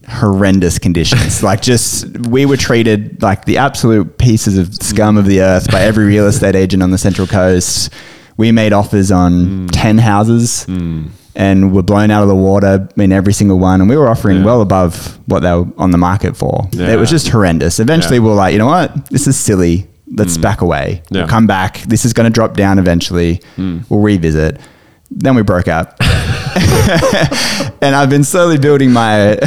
[SPEAKER 2] horrendous conditions like just we were treated like the absolute pieces of scum of the earth by every real estate agent on the central coast we made offers on 10 houses and were blown out of the water in every single one. And we were offering well above what they were on the market for. It was just horrendous. Eventually, we were like, you know what? This is silly. Let's back away.
[SPEAKER 1] Mm. Yeah. Mm.
[SPEAKER 2] We'll come back. This is going to drop down eventually. We'll revisit. Then we broke up. and I've been slowly building my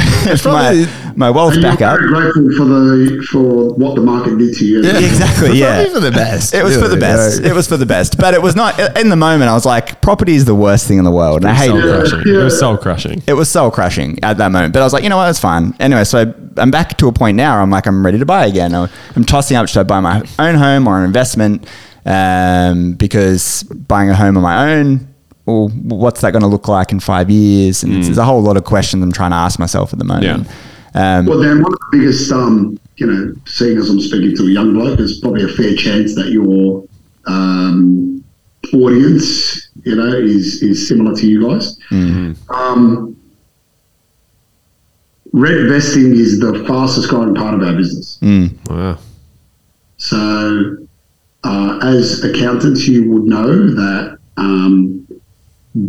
[SPEAKER 1] probably-
[SPEAKER 2] my, my wealth
[SPEAKER 5] And you're
[SPEAKER 2] back up.
[SPEAKER 5] very grateful for the for what the market did to you.
[SPEAKER 2] Exactly. Yeah.
[SPEAKER 6] Probably for the best.
[SPEAKER 2] Uh, It was for the
[SPEAKER 6] really.
[SPEAKER 2] best. It was for the best. But it was not in the moment. I was like, property is the worst thing in the world, and I hated
[SPEAKER 1] Soul
[SPEAKER 5] Yeah,
[SPEAKER 2] it.
[SPEAKER 1] crushing. It
[SPEAKER 5] yeah.
[SPEAKER 1] was soul crushing.
[SPEAKER 2] It was soul crushing at that moment. But I was like, you know what? It's fine. Anyway, so I, I'm back to a point now. Where I'm like, I'm ready to buy again. I- I'm tossing up should I buy my own home or an investment? Um, because buying a home on my own. Well, what's that going to look like in five years? And there's a whole lot of questions I'm trying to ask myself at the moment. Um,
[SPEAKER 5] Well, then one of the biggest, um, you know, seeing as I'm speaking to a young bloke, there's probably a fair chance that your um, audience, you know, is is similar to you guys. Um, red vesting is the fastest growing part of our business.
[SPEAKER 1] Wow.
[SPEAKER 5] So, uh, as accountants, you would know that um,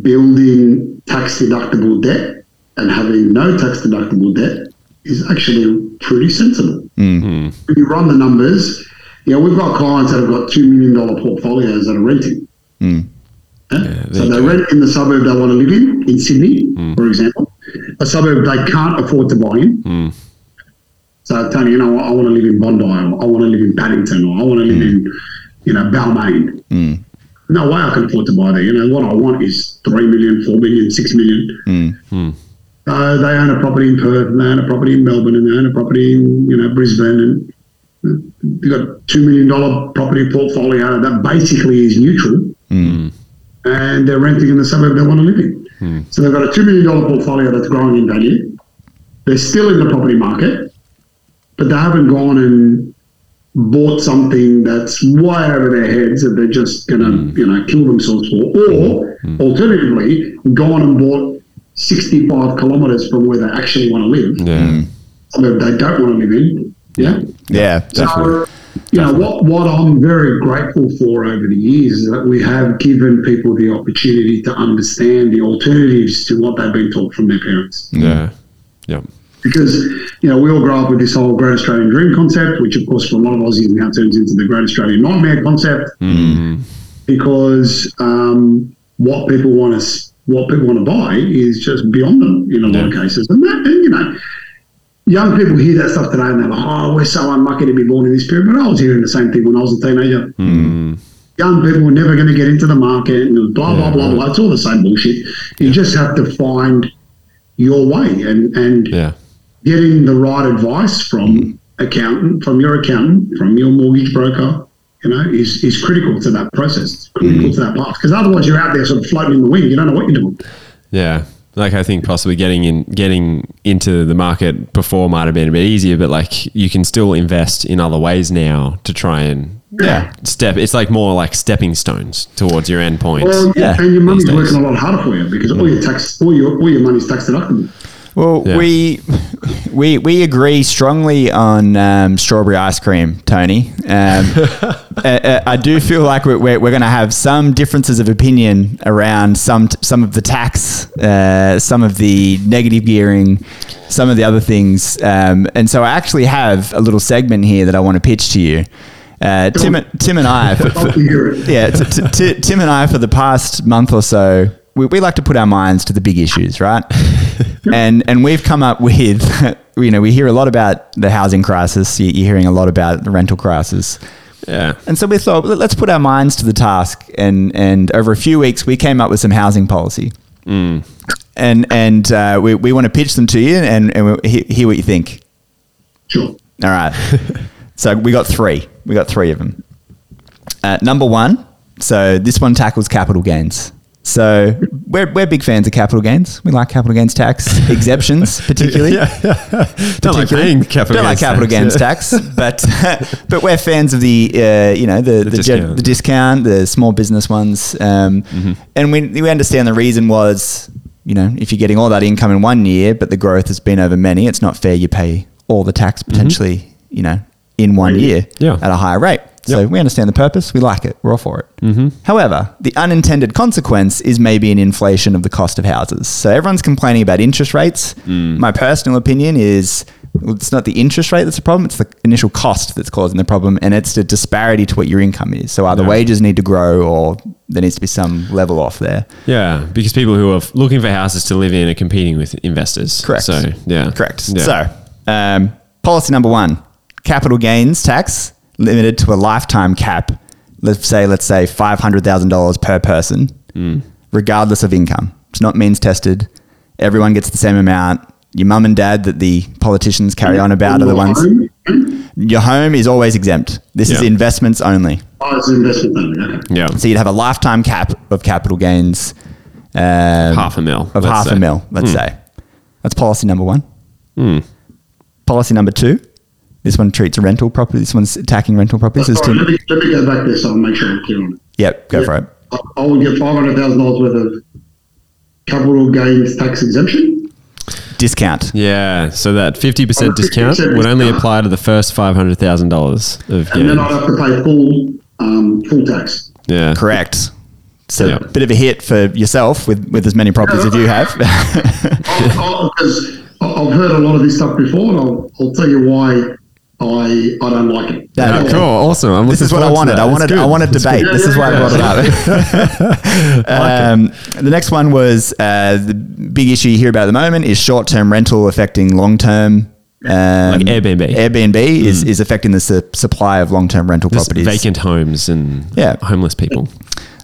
[SPEAKER 5] building tax deductible debt and having no tax deductible debt is actually pretty sensible. When you run the numbers, you know, we've got clients that have got $2 million portfolios that are renting.
[SPEAKER 1] there
[SPEAKER 5] so
[SPEAKER 1] you
[SPEAKER 5] they
[SPEAKER 1] go. Mm.
[SPEAKER 5] rent in the suburb they want to live in, in Sydney, for example, a suburb they can't afford to buy in. So Tony, you know what? I want to live in Bondi, or I want to live in Paddington, or I want to live in, you know, Balmain. No way I can afford to buy there. You know what I want is three million, four million, six million. Uh, they own a property in Perth, and they own a property in Melbourne, and they own a property in you know Brisbane, and they've got two million dollar property portfolio that basically is neutral, and they're renting in the suburb they want to live in. So they've got a two million dollar portfolio that's growing in value. They're still in the property market, but they haven't gone and bought something that's way over their heads that they're just going to, you know, kill themselves for. Or alternatively, gone and bought 65 kilometres from where they actually want to
[SPEAKER 2] Mm,
[SPEAKER 5] live,
[SPEAKER 1] Yeah.
[SPEAKER 5] somewhere they don't want to live in. Yeah.
[SPEAKER 2] yeah.
[SPEAKER 5] So, you know, what, what I'm very grateful for over the years is that we have given people the opportunity to understand the alternatives to what they've been taught from their parents
[SPEAKER 1] Yeah. Yeah.
[SPEAKER 5] because you know we all grow up with this whole Great Australian Dream concept, which of course for a lot of Aussies now turns into the Great Australian Nightmare concept, because um, what people want to what people want to buy is just beyond them in a lot of cases, and that and, you know. Young people hear that stuff today and they're like, oh, we're so unlucky to be born in this period. But I was hearing the same thing when I was a teenager. Young people were never going to get into the market and blah, blah, blah, blah. It's all the same bullshit. You just have to find your way. And, and
[SPEAKER 1] Yeah.
[SPEAKER 5] getting the right advice
[SPEAKER 2] Mm.
[SPEAKER 5] from accountant, from your accountant, from your mortgage broker, you know, is, is critical to that process, it's
[SPEAKER 2] Mm.
[SPEAKER 5] critical to that path. Because otherwise, you're out there sort of floating in the wind. You don't know what you're doing.
[SPEAKER 1] Yeah. Like I think possibly getting in getting into the market before might have been a bit easier, but like you can still invest in other ways now to try and
[SPEAKER 2] Yeah.
[SPEAKER 1] step it's like more like stepping stones towards your end point.
[SPEAKER 5] Well,
[SPEAKER 2] Yeah,
[SPEAKER 5] and your money's
[SPEAKER 1] these days.
[SPEAKER 5] working a lot harder for you because all your tax, all your all your money's tax deductible.
[SPEAKER 2] Well,
[SPEAKER 1] Yeah.
[SPEAKER 2] we we we agree strongly on um, strawberry ice cream, Tony. Um, uh, uh, I do feel like we're, we're, we're going to have some differences of opinion around some t- some of the tax, uh, some of the negative gearing, some of the other things. Um, and so I actually have a little segment here that I want to pitch to you. Uh, Tim, and- Tim and I,
[SPEAKER 5] Love to hear it.
[SPEAKER 2] yeah, t- t- t- Tim and I for the past month or so, we, we like to put our minds to the big issues, right? and and we've come up with, you know, we hear a lot about the housing crisis. You- You're hearing a lot about the rental crisis.
[SPEAKER 1] yeah.
[SPEAKER 2] And so we thought, let- let's put our minds to the task. And, and over a few weeks, we came up with some housing policy. And, and uh, we, we want to pitch them to you and, and we, he, hear what you think.
[SPEAKER 5] Sure.
[SPEAKER 2] All right. so we got three. We got three of them. Uh, number one. So this one tackles capital gains. So we're, we're big fans of capital gains. We like capital gains tax exemptions, particularly.
[SPEAKER 1] Don't like paying capital
[SPEAKER 2] Don't like
[SPEAKER 1] gains
[SPEAKER 2] capital
[SPEAKER 1] tax,
[SPEAKER 2] gains
[SPEAKER 1] yeah.
[SPEAKER 2] tax, but but we're fans of the uh, you know the the, gen-
[SPEAKER 1] discount. Mm-hmm.
[SPEAKER 2] the discount, the small business ones, um, and we we understand the reason was you know if you're getting all that income in one year, but the growth has been over many, it's not fair you pay all the tax potentially you know in one year
[SPEAKER 1] Mm-hmm. Yeah.
[SPEAKER 2] at a higher rate. So we understand the purpose, we like it, we're all for it. However, the unintended consequence is maybe an inflation of the cost of houses. So everyone's complaining about interest rates. My personal opinion is well, it's not the interest rate that's the problem, it's the initial cost that's causing the problem, and it's the disparity to what your income is. So either wages need to grow or there needs to be some level off there.
[SPEAKER 1] Yeah, because people who are f- looking for houses to live in are competing with investors.
[SPEAKER 2] Correct.
[SPEAKER 1] So, yeah.
[SPEAKER 2] Correct.
[SPEAKER 1] Yeah.
[SPEAKER 2] So, um, policy number one: capital gains tax limited to a lifetime cap. Let's say, let's say five hundred thousand dollars per person,
[SPEAKER 1] Hmm.
[SPEAKER 2] regardless of income. It's not means tested. Everyone gets the same amount. Your mum and dad that the politicians carry on about are the ones.
[SPEAKER 5] Home?
[SPEAKER 2] Your home is always exempt. This is
[SPEAKER 1] Yeah.
[SPEAKER 2] investments only.
[SPEAKER 5] Oh, it's an investment only. Okay.
[SPEAKER 1] Yeah.
[SPEAKER 2] So you'd have a lifetime cap of capital gains. Um,
[SPEAKER 1] half a mil.
[SPEAKER 2] of
[SPEAKER 1] let's
[SPEAKER 2] half
[SPEAKER 1] say. Hmm.
[SPEAKER 2] a mil, let's say. That's policy number one. Policy number two. This one treats rental property. This one's attacking rental properties. This is
[SPEAKER 5] Sorry,
[SPEAKER 2] to-
[SPEAKER 5] let, me, let me go back there so I'll make sure I'm clear on it.
[SPEAKER 2] yep, go for it.
[SPEAKER 5] I- I would get five hundred thousand dollars worth of capital gains tax exemption.
[SPEAKER 2] Discount.
[SPEAKER 1] Yeah. So that 50%
[SPEAKER 5] Oh, the
[SPEAKER 1] discount
[SPEAKER 5] 50%
[SPEAKER 1] would only
[SPEAKER 5] discount.
[SPEAKER 1] apply to the first $500,000 of
[SPEAKER 5] And then I'd
[SPEAKER 1] gain.
[SPEAKER 5] have to pay full um, full tax.
[SPEAKER 1] Yeah.
[SPEAKER 2] Correct. So
[SPEAKER 1] Yeah.
[SPEAKER 2] bit of a hit for yourself with, with as many properties as you have.
[SPEAKER 5] Because I've heard a lot of this stuff before, and I'll, I'll tell you why I I don't like it.
[SPEAKER 2] Yeah,
[SPEAKER 1] Oh,
[SPEAKER 2] Okay.
[SPEAKER 1] cool. Awesome. I'm
[SPEAKER 2] this is what I wanted. I wanted. I wanted debate.
[SPEAKER 5] good.
[SPEAKER 2] This is why I
[SPEAKER 5] Yeah,
[SPEAKER 2] brought it up. um, the next one was uh, the big issue you hear about at the moment is short-term rental affecting long-term. Um, like
[SPEAKER 1] Airbnb.
[SPEAKER 2] Airbnb is, is affecting the su- supply of long-term rental properties.
[SPEAKER 1] Vacant homes and
[SPEAKER 2] Yeah.
[SPEAKER 1] homeless people.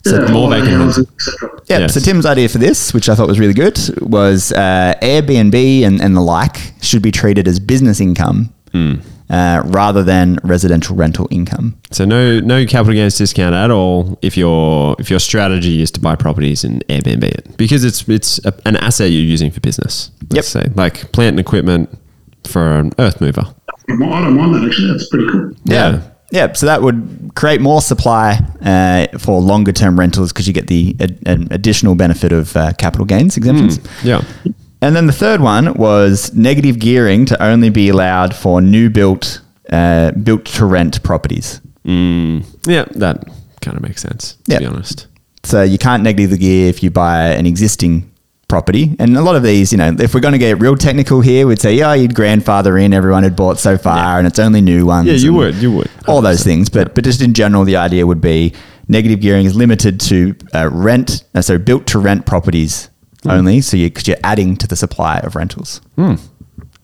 [SPEAKER 5] Yeah,
[SPEAKER 1] more
[SPEAKER 5] holiday
[SPEAKER 1] vacant
[SPEAKER 5] houses, etc.
[SPEAKER 2] Yep.
[SPEAKER 1] Yes.
[SPEAKER 2] So Tim's idea for this, which I thought was really good, was uh, Airbnb and, and the like should be treated as business income uh, rather than residential rental income.
[SPEAKER 1] So no no capital gains discount at all if your if your strategy is to buy properties and Airbnb it because it's it's a, an asset you're using for business. Let's say like plant and equipment for an earth mover.
[SPEAKER 5] I don't mind that actually. That's pretty cool.
[SPEAKER 1] Yeah.
[SPEAKER 2] Yeah, so that would create more supply uh, for longer term rentals because you get the ad- an additional benefit of uh, capital gains exemptions.
[SPEAKER 1] Yeah.
[SPEAKER 2] And then the third one was negative gearing to only be allowed for new built uh, built to rent properties.
[SPEAKER 1] Yeah, that kind of makes sense to
[SPEAKER 2] Yeah.
[SPEAKER 1] be honest.
[SPEAKER 2] So you can't negatively gear if you buy an existing property. And a lot of these, you know, if we're going to get real technical here, we'd say, yeah, you'd grandfather in everyone had bought so far and it's only new ones.
[SPEAKER 1] Yeah, you
[SPEAKER 2] and
[SPEAKER 1] would, you would.
[SPEAKER 2] All those things. But, but just in general, the idea would be negative gearing is limited to uh, rent, uh, so built to rent properties
[SPEAKER 1] Hmm.
[SPEAKER 2] only. So you, cause you're adding to the supply of rentals.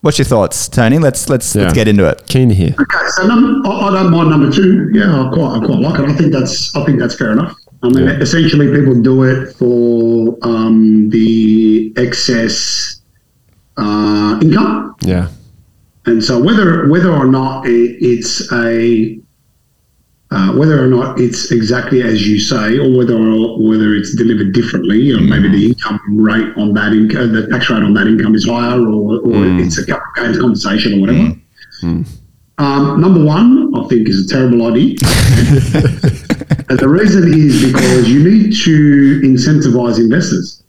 [SPEAKER 2] What's your thoughts, Tony? Let's, let's, let's
[SPEAKER 1] Yeah.
[SPEAKER 2] get into it.
[SPEAKER 1] Keen to hear.
[SPEAKER 5] Okay, so num- I, I don't mind number two. Yeah, I quite, I quite like it. I think that's, I think that's fair enough. I mean, essentially, people do it for um, the excess uh, income,
[SPEAKER 1] Yeah.
[SPEAKER 5] and so whether whether or not it, it's a uh, whether or not it's exactly as you say, or whether or whether it's delivered differently, or maybe the income rate on that income, the tax rate on that income is higher, or, or it's a capital gains compensation or whatever. Um, number one, I think, is a terrible idea. and the reason is because you need to incentivize investors.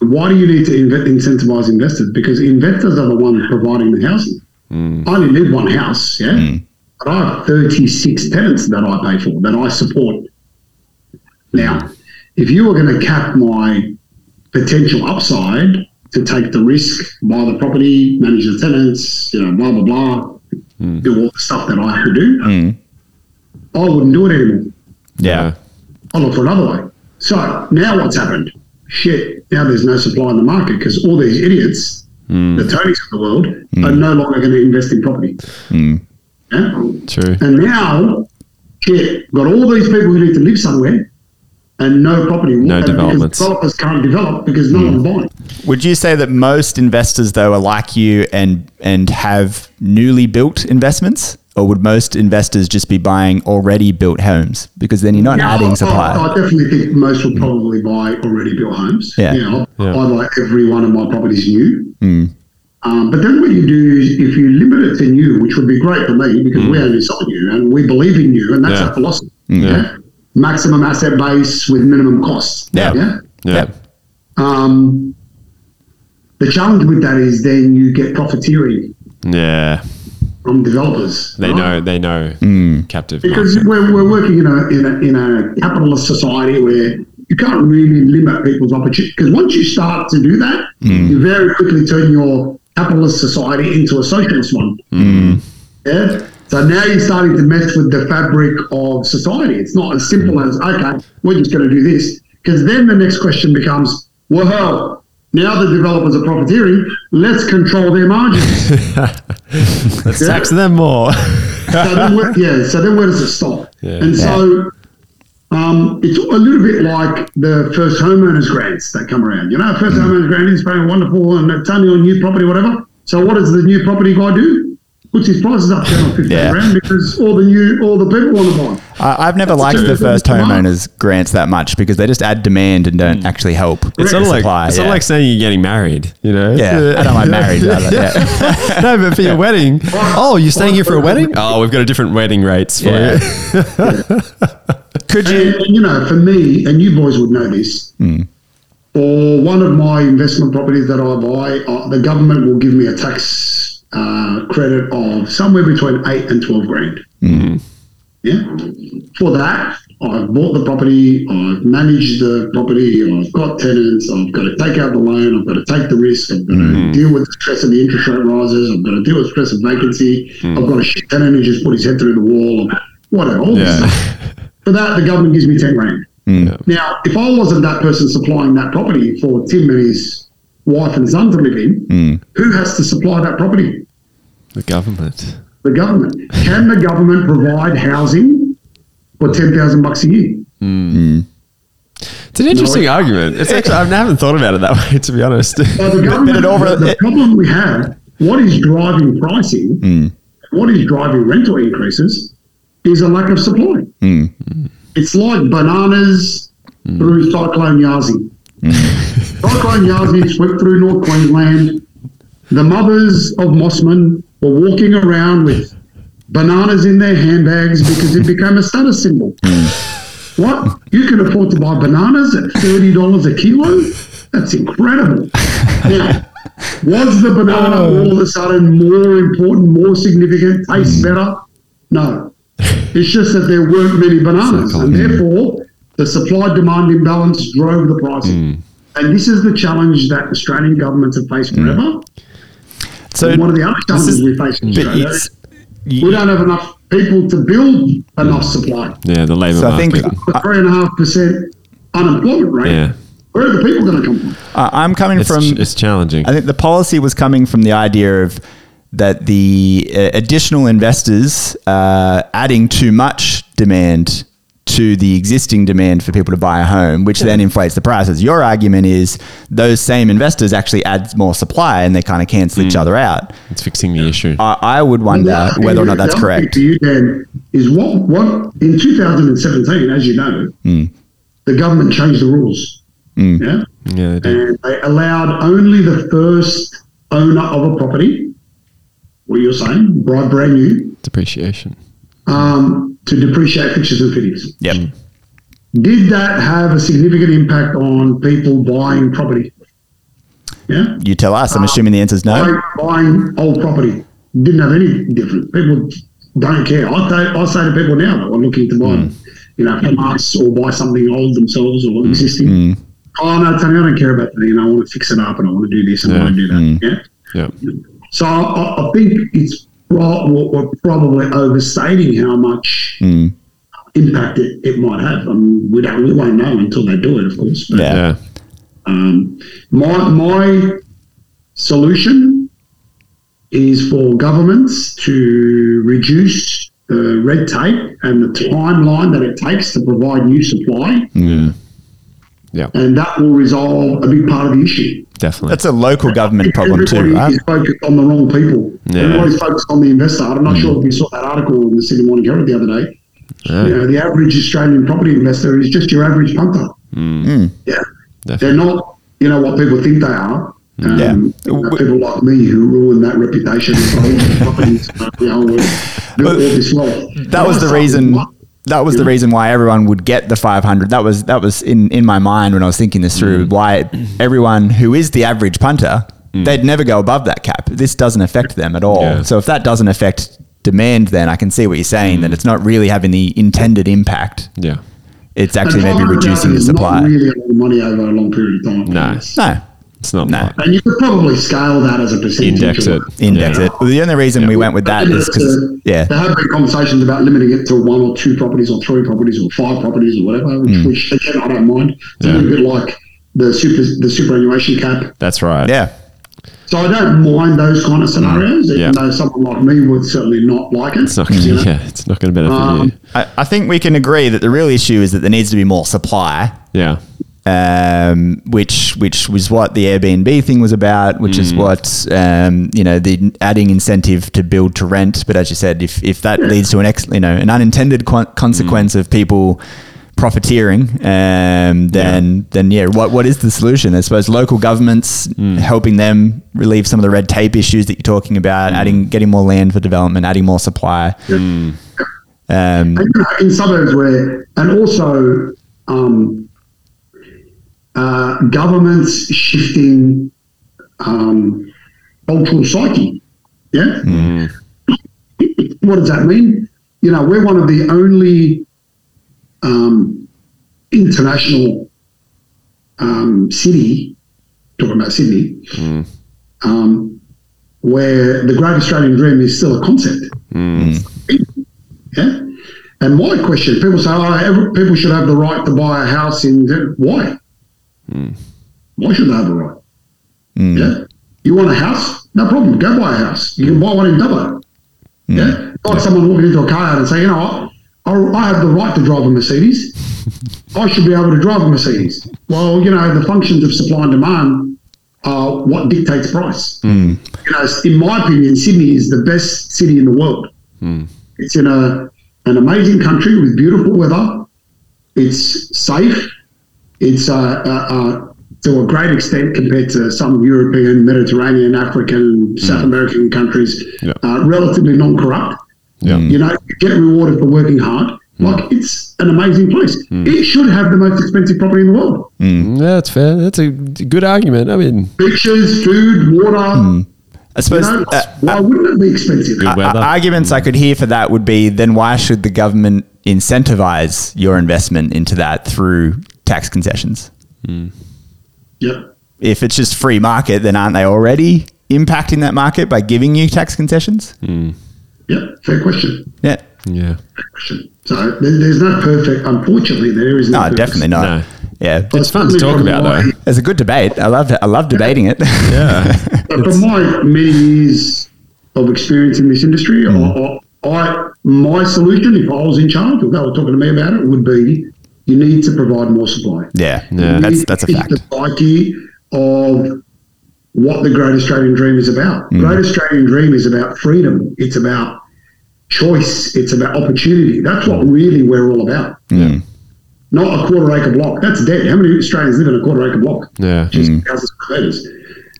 [SPEAKER 5] Why do you need to inve- incentivize investors? Because investors are the ones providing the housing. I only live one house, yeah? But I have 36 tenants that I pay for, that I support. Now, if you were going to cap my potential upside to take the risk, buy the property, manage the tenants, you know, blah, blah, blah, do all the stuff that I have to do, I wouldn't do it anymore.
[SPEAKER 1] Yeah.
[SPEAKER 5] I'll look for another way. So now what's happened? Shit, now there's no supply in the market because all these idiots,
[SPEAKER 1] Hmm.
[SPEAKER 5] the Tonys of the world, are no longer going to invest in property.
[SPEAKER 1] Hmm.
[SPEAKER 5] Yeah?
[SPEAKER 1] True.
[SPEAKER 5] And now, shit, got all these people who need to live somewhere and no property.
[SPEAKER 1] No
[SPEAKER 5] And because
[SPEAKER 1] developments. Hmm.
[SPEAKER 5] Developers can't develop because no one's buying.
[SPEAKER 2] Would you say that most investors though are like you and and have newly built investments, or would most investors just be buying already built homes because then you're not
[SPEAKER 5] Yeah, I-
[SPEAKER 2] adding
[SPEAKER 5] I-
[SPEAKER 2] supply?
[SPEAKER 5] I, definitely think most will probably buy already built homes.
[SPEAKER 2] Yeah.
[SPEAKER 5] You know,
[SPEAKER 1] Yeah.
[SPEAKER 5] I like every one of my properties new.
[SPEAKER 2] Mm.
[SPEAKER 5] Um, but then what you do is if you limit it to new, which would be great for me because we only sell new and we believe in you, and that's
[SPEAKER 1] Mm. Yeah.
[SPEAKER 5] our philosophy.
[SPEAKER 2] Mm.
[SPEAKER 5] Yeah. Maximum asset base with minimum cost.
[SPEAKER 2] Yeah.
[SPEAKER 5] yeah?
[SPEAKER 1] Yeah.
[SPEAKER 5] Um, the challenge with that is then you get profiteering.
[SPEAKER 1] Yeah.
[SPEAKER 5] from developers.
[SPEAKER 1] They
[SPEAKER 5] right?
[SPEAKER 1] know. They know captive.
[SPEAKER 5] Because
[SPEAKER 1] market.
[SPEAKER 5] we're, we're working in a, in a in a capitalist society where you can't really limit people's opportunity. Because once you start to do that, you very quickly turn your capitalist society into a socialist one. Yeah. So now you're starting to mess with the fabric of society. It's not as simple as okay, we're just going to do this. Because then the next question becomes, well, now the developers are profiteering. Let's control their margins.
[SPEAKER 1] Let's
[SPEAKER 5] Yeah.
[SPEAKER 1] tax them more.
[SPEAKER 5] so then where, yeah, so then where does it stop? And so um, it's a little bit like the first homeowners grants that come around. You know, first homeowners grant is very wonderful and it's only on new property, whatever. So what does the new property guy do? Puts his prices up ten or fifteen
[SPEAKER 2] Yeah.
[SPEAKER 5] grand because all the new all the people want to buy.
[SPEAKER 2] I, I've never liked the
[SPEAKER 5] true.
[SPEAKER 2] first
[SPEAKER 5] Come on.
[SPEAKER 2] homeowners grants that much because they just add demand and don't actually help.
[SPEAKER 1] Hmm. It's
[SPEAKER 2] the
[SPEAKER 1] not like
[SPEAKER 2] supply,
[SPEAKER 1] it's
[SPEAKER 2] yeah.
[SPEAKER 1] not like saying you're getting married. You know.
[SPEAKER 2] yeah, I don't like marriage. Either. Yeah.
[SPEAKER 1] no, but for your wedding. Oh, you're staying here for a wedding? Oh, we've got a different wedding rates for
[SPEAKER 2] Yeah.
[SPEAKER 1] you.
[SPEAKER 2] Could
[SPEAKER 5] And,
[SPEAKER 2] you?
[SPEAKER 5] and, you know, for me, and you boys would know this. For one of my investment properties that I buy, uh, the government will give me a tax uh, credit of somewhere between eight and twelve grand. Yeah. For that, I've bought the property, I've managed the property, I've got tenants, I've got to take out the loan, I've got to take the risk, I've got to deal with the stress of the interest rate rises, I've got to deal with stress of vacancy, I've got a shit tenant who just put his head through the wall, whatever. All this
[SPEAKER 1] Yeah.
[SPEAKER 5] stuff. For that, the government gives me 10 grand. Now, if I wasn't that person supplying that property for Tim and his wife and son to live in, who has to supply that property?
[SPEAKER 1] The government.
[SPEAKER 5] The government. Can the government provide housing for 10,000 bucks a year?
[SPEAKER 1] It's an interesting argument. It's actually I haven't thought about it that way to be honest.
[SPEAKER 5] Well, the
[SPEAKER 2] But
[SPEAKER 5] government,
[SPEAKER 2] it over-
[SPEAKER 5] the
[SPEAKER 2] it-
[SPEAKER 5] problem we have, what is driving pricing,
[SPEAKER 2] Hmm.
[SPEAKER 5] what is driving rental increases, is a lack of supply.
[SPEAKER 2] Hmm.
[SPEAKER 5] It's like bananas through Cyclone Yazi.
[SPEAKER 2] Hmm.
[SPEAKER 5] Cyclone Yazi swept through North Queensland. The mothers of Mossman were walking around with bananas in their handbags because it became a status symbol.
[SPEAKER 2] Hmm.
[SPEAKER 5] What? You can afford to buy bananas at $30 a kilo? That's incredible. Now, was the banana all of a sudden more important, more significant, tastes better? No. It's just that there weren't many bananas, and therefore the supply demand imbalance drove the pricing. And this is the challenge that Australian governments have faced forever.
[SPEAKER 2] So
[SPEAKER 5] And one of the other challenges we face in
[SPEAKER 2] but
[SPEAKER 5] Australia
[SPEAKER 2] it's-
[SPEAKER 5] is we don't have enough people to build enough supply.
[SPEAKER 1] yeah, the labour
[SPEAKER 2] So I think
[SPEAKER 1] market.
[SPEAKER 5] A three and a half percent unemployment rate.
[SPEAKER 1] yeah.
[SPEAKER 5] Where are the people going to come from?
[SPEAKER 2] I- I'm coming
[SPEAKER 1] It's,
[SPEAKER 2] from.
[SPEAKER 1] it's challenging.
[SPEAKER 2] I think the policy was coming from the idea of that the uh, additional investors uh, adding too much demand to the existing demand for people to buy a home, which then inflates the prices. Your argument is those same investors actually add more supply and they kind of cancel each other out.
[SPEAKER 1] it's fixing the issue.
[SPEAKER 2] I, I would wonder
[SPEAKER 5] Well,
[SPEAKER 2] whether or
[SPEAKER 5] the
[SPEAKER 2] not that's
[SPEAKER 5] other thing
[SPEAKER 2] correct.
[SPEAKER 5] For you, Dan, is what what in 2017, as you know,
[SPEAKER 2] Hmm.
[SPEAKER 5] the government changed the rules. Yeah.
[SPEAKER 1] yeah, they do.
[SPEAKER 5] and they allowed only the first owner of a property, what you're saying, brand brand new,
[SPEAKER 1] depreciation.
[SPEAKER 5] um, to depreciate fixtures and fittings.
[SPEAKER 2] Yep.
[SPEAKER 5] Did that have a significant impact on people buying property? Yeah,
[SPEAKER 2] You tell us. I'm
[SPEAKER 5] Uh,
[SPEAKER 2] assuming the answer is no.
[SPEAKER 5] Buying- buying old property didn't have any difference. People don't care. I, th- I say to people now that are looking to buy, you know, from us or buy something old themselves or existing. Oh no, Tony, I don't care about that. You know, I want to fix it up and I want to do this and I want to do that. Yeah.
[SPEAKER 1] Yeah.
[SPEAKER 5] So I, I think it's pro- we're we're probably overstating how much impact it, it might have. I mean, we don't we won't know until they do it, of course. But,
[SPEAKER 2] Yeah.
[SPEAKER 1] Yeah.
[SPEAKER 5] Um, my my solution is for governments to reduce the red tape and the timeline that it takes to provide new supply,
[SPEAKER 1] Yeah.
[SPEAKER 5] and that will resolve a big part of the issue.
[SPEAKER 1] Definitely.
[SPEAKER 2] That's a local government problem
[SPEAKER 5] Everybody
[SPEAKER 2] too, right?
[SPEAKER 5] is focused on the wrong people.
[SPEAKER 1] Yeah. Hmm.
[SPEAKER 5] Everybody's focused on the investor. I'm not sure if you saw that article in the City Morning Herald the other day.
[SPEAKER 1] Yeah.
[SPEAKER 5] You know, the average Australian property investor is just your average punter.
[SPEAKER 1] Hmm.
[SPEAKER 2] Hmm.
[SPEAKER 5] Yeah, they're
[SPEAKER 1] Definitely.
[SPEAKER 5] not. You know what people think they are.
[SPEAKER 1] Hmm.
[SPEAKER 5] Um,
[SPEAKER 2] Yeah.
[SPEAKER 5] you know, people like me who ruin that reputation. of owning properties, you know, with- with all this wealth.
[SPEAKER 2] that was the reason. That was the
[SPEAKER 5] Yeah.
[SPEAKER 2] reason why everyone would get the 500. That was that was in in my mind when I was thinking this through. Why everyone who is the average punter They'd never go above that cap. This doesn't affect them at all.
[SPEAKER 1] Yeah.
[SPEAKER 2] So if that doesn't affect demand, then I can see what you're saying that it's not really having the intended impact.
[SPEAKER 1] Yeah.
[SPEAKER 2] It's actually
[SPEAKER 5] And
[SPEAKER 2] maybe
[SPEAKER 5] $500
[SPEAKER 2] reducing the
[SPEAKER 5] is
[SPEAKER 2] supply.
[SPEAKER 5] Not really a lot of money over a long period of time.
[SPEAKER 1] No.
[SPEAKER 2] no,
[SPEAKER 1] It's not
[SPEAKER 2] No.
[SPEAKER 1] like-
[SPEAKER 5] And you could probably scale that as a percentage.
[SPEAKER 1] Index
[SPEAKER 5] of-
[SPEAKER 1] it.
[SPEAKER 2] index
[SPEAKER 1] Yeah.
[SPEAKER 2] it. Well, the only reason we went with that
[SPEAKER 5] You know,
[SPEAKER 2] is because
[SPEAKER 5] uh, to-
[SPEAKER 2] yeah,
[SPEAKER 5] There have been conversations about limiting it to one or two properties or three properties or five properties or whatever, which, which again, I don't mind. It's a
[SPEAKER 1] Mm. Yeah.
[SPEAKER 5] little bit like the super the superannuation cap.
[SPEAKER 1] That's right.
[SPEAKER 2] yeah,
[SPEAKER 5] So I don't mind those kind of scenarios, even
[SPEAKER 1] Mm. Yeah.
[SPEAKER 5] though someone like me would certainly not like it.
[SPEAKER 1] It's not gonna,
[SPEAKER 5] you know?
[SPEAKER 1] yeah, it's not going to benefit
[SPEAKER 5] Um,
[SPEAKER 1] you.
[SPEAKER 2] I, I think we can agree that the real issue is that there needs to be more supply.
[SPEAKER 1] Yeah.
[SPEAKER 2] um, which which was what the Airbnb thing was about, which is what um, you know the adding incentive to build to rent. But as you said, if if that leads to an ex, you know an unintended con- consequence of people profiteering, um, then then yeah, what what is the solution? I suppose local governments helping them relieve some of the red tape issues that you're talking about, adding getting more land for development, adding more supply. Um,
[SPEAKER 5] And, you know, in suburbs where, and also um, uh, governments shifting um, cultural psyche. Yeah. What does that mean? You know, we're one of the only um, international um, city, talking about Sydney, um, where the Great Australian Dream is still a concept.
[SPEAKER 1] Mm.
[SPEAKER 5] Yeah. And my question, people say, oh, every, people should have the right to buy a house in. the-" Why? Why should they have a right?
[SPEAKER 2] mm,
[SPEAKER 5] Yeah. You want a house? No problem. Go buy a house. You can buy one in Dubbo. Yeah. Not someone walking into a car yard and saying, you know what? I, I have the right to drive a Mercedes. I should be able to drive a Mercedes. Well, you know, the functions of supply and demand are what dictates price. You know, in my opinion, Sydney is the best city in the world. It's in a an amazing country with beautiful weather. It's safe. It's uh, uh, uh, to a great extent compared to some European, Mediterranean, African, South American countries,
[SPEAKER 1] Mm. Yeah.
[SPEAKER 5] uh, relatively non-corrupt.
[SPEAKER 1] Yeah. Mm.
[SPEAKER 5] You know, you get rewarded for working hard. Like it's an amazing place. It should have the most expensive property in the world.
[SPEAKER 1] Mm, yeah, that's fair. That's a good argument. I mean,
[SPEAKER 5] Beaches, food, water.
[SPEAKER 1] Mm.
[SPEAKER 2] I
[SPEAKER 5] You
[SPEAKER 2] suppose.
[SPEAKER 5] know,
[SPEAKER 2] uh,
[SPEAKER 5] why wouldn't it be expensive?
[SPEAKER 1] Good
[SPEAKER 2] Uh,
[SPEAKER 1] weather.
[SPEAKER 2] arguments I could hear for that would be then why should the government incentivize your investment into that through tax concessions?
[SPEAKER 5] Yep.
[SPEAKER 2] If it's just free market, then aren't they already impacting that market by giving you tax concessions?
[SPEAKER 1] Hmm.
[SPEAKER 5] Yep. Fair question.
[SPEAKER 2] Yeah.
[SPEAKER 1] yeah.
[SPEAKER 5] Fair question. So there, there's no perfect. Unfortunately, there is no.
[SPEAKER 2] No,
[SPEAKER 5] perfect-
[SPEAKER 2] definitely not.
[SPEAKER 1] No.
[SPEAKER 2] Yeah.
[SPEAKER 5] But
[SPEAKER 1] It's fun to talk
[SPEAKER 5] from
[SPEAKER 1] about,
[SPEAKER 5] my-
[SPEAKER 1] though.
[SPEAKER 2] It's a good debate. I love I love debating it.
[SPEAKER 1] Yeah.
[SPEAKER 5] But from my many years of experience in this industry,
[SPEAKER 2] Hmm.
[SPEAKER 5] I, I, I my solution, if I was in charge, if they were talking to me about it, would be you need to provide more supply.
[SPEAKER 2] yeah.
[SPEAKER 1] Yeah.
[SPEAKER 5] You need
[SPEAKER 2] That's
[SPEAKER 5] to
[SPEAKER 2] that's a
[SPEAKER 5] teach
[SPEAKER 2] fact.
[SPEAKER 5] The psyche of what the Great Australian Dream is about.
[SPEAKER 2] Hmm.
[SPEAKER 5] Great Australian Dream is about freedom. It's about choice. It's about opportunity. That's what really we're all about.
[SPEAKER 2] Mm.
[SPEAKER 5] Not a quarter acre block. That's dead. How many Australians live in a quarter acre block?
[SPEAKER 1] Yeah.
[SPEAKER 5] Just
[SPEAKER 2] Hmm.
[SPEAKER 5] houses and craters.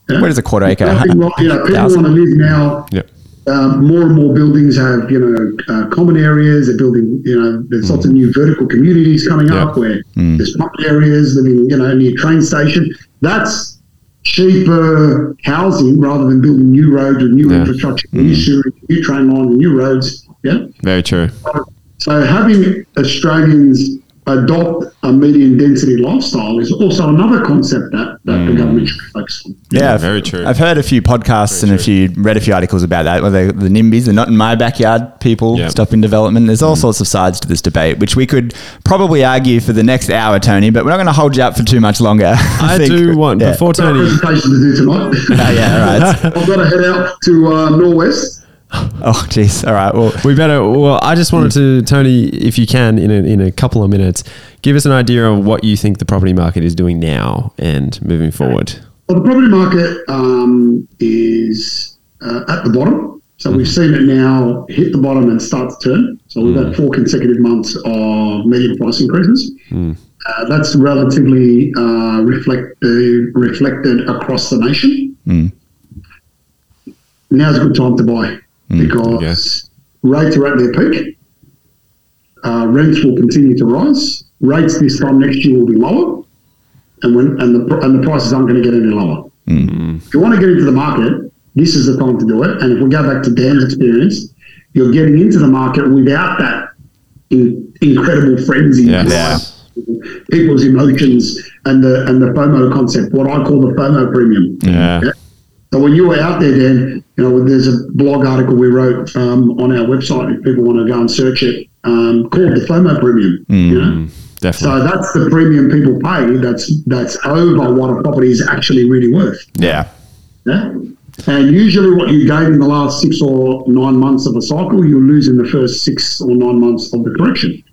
[SPEAKER 5] Yeah?
[SPEAKER 2] What is a quarter acre?
[SPEAKER 5] Nothing wrong- You know, people want
[SPEAKER 2] Thousand?
[SPEAKER 5] to live now.
[SPEAKER 1] Yep.
[SPEAKER 5] Um, more and more buildings have, you know, uh, common areas. They're building, you know, there's lots of
[SPEAKER 2] Mm.
[SPEAKER 5] new vertical communities coming up where there's common areas living, you know, near train station. That's cheaper housing rather than building new roads with new
[SPEAKER 1] Yeah.
[SPEAKER 5] infrastructure,
[SPEAKER 2] Mm.
[SPEAKER 5] new sewage, new train lines, and new roads. Yeah.
[SPEAKER 1] Very true.
[SPEAKER 5] So having Australians adopt a medium density lifestyle is also another concept that, that
[SPEAKER 2] Mm.
[SPEAKER 5] the government should focus on.
[SPEAKER 2] Yeah,
[SPEAKER 1] very
[SPEAKER 2] I've-
[SPEAKER 1] true.
[SPEAKER 2] I've heard a few podcasts and a few read a few articles about that. Well, they, the NIMBYs, the not in my backyard people
[SPEAKER 1] Yeah. Mm.
[SPEAKER 2] stopping development. There's all sorts of sides to this debate, which we could probably argue for the next hour, Tony. But we're not going to hold you up for too much longer.
[SPEAKER 1] I,
[SPEAKER 2] think-
[SPEAKER 1] do want
[SPEAKER 2] Yeah.
[SPEAKER 1] before
[SPEAKER 5] Got a
[SPEAKER 1] Tony.
[SPEAKER 5] presentation to do tonight.
[SPEAKER 2] Oh, yeah, all right.
[SPEAKER 5] I've got to head out to uh, Norwest.
[SPEAKER 2] oh, jeez. All right. Well,
[SPEAKER 1] We better. Well, I just wanted to, Tony, if you can, in a, in a couple of minutes, give us an idea of what you think the property market is doing now and moving forward.
[SPEAKER 5] Well, the property market um, is uh, at the bottom. So we've seen it now hit the bottom and start to turn. So we've had four consecutive months of median price increases. Uh, that's relatively uh, reflect, uh, reflected across the nation. Now's a good time to buy because rates are at their peak. Uh, rents will continue to rise. Rates this time next year will be lower, and when and the pr- and the prices aren't going to get any lower. you want to get into the market, this is the time to do it. And if we go back to Dan's experience, you're getting into the market without that in, incredible frenzy.
[SPEAKER 1] Yes.
[SPEAKER 2] Yeah.
[SPEAKER 5] People's emotions and the and the FOMO concept, what I call the FOMO premium.
[SPEAKER 1] Yeah.
[SPEAKER 5] So when you were out there, Dan, you know, there's a blog article we wrote um, on our website. If people want to go and search it, um, called the FOMO premium. You know?
[SPEAKER 1] Definitely.
[SPEAKER 5] So that's the premium people pay. That's that's over what a property is actually really worth.
[SPEAKER 2] Yeah.
[SPEAKER 5] Yeah? And usually, what you gain in the last six or nine months of a cycle, you lose in the first six or nine months of the correction.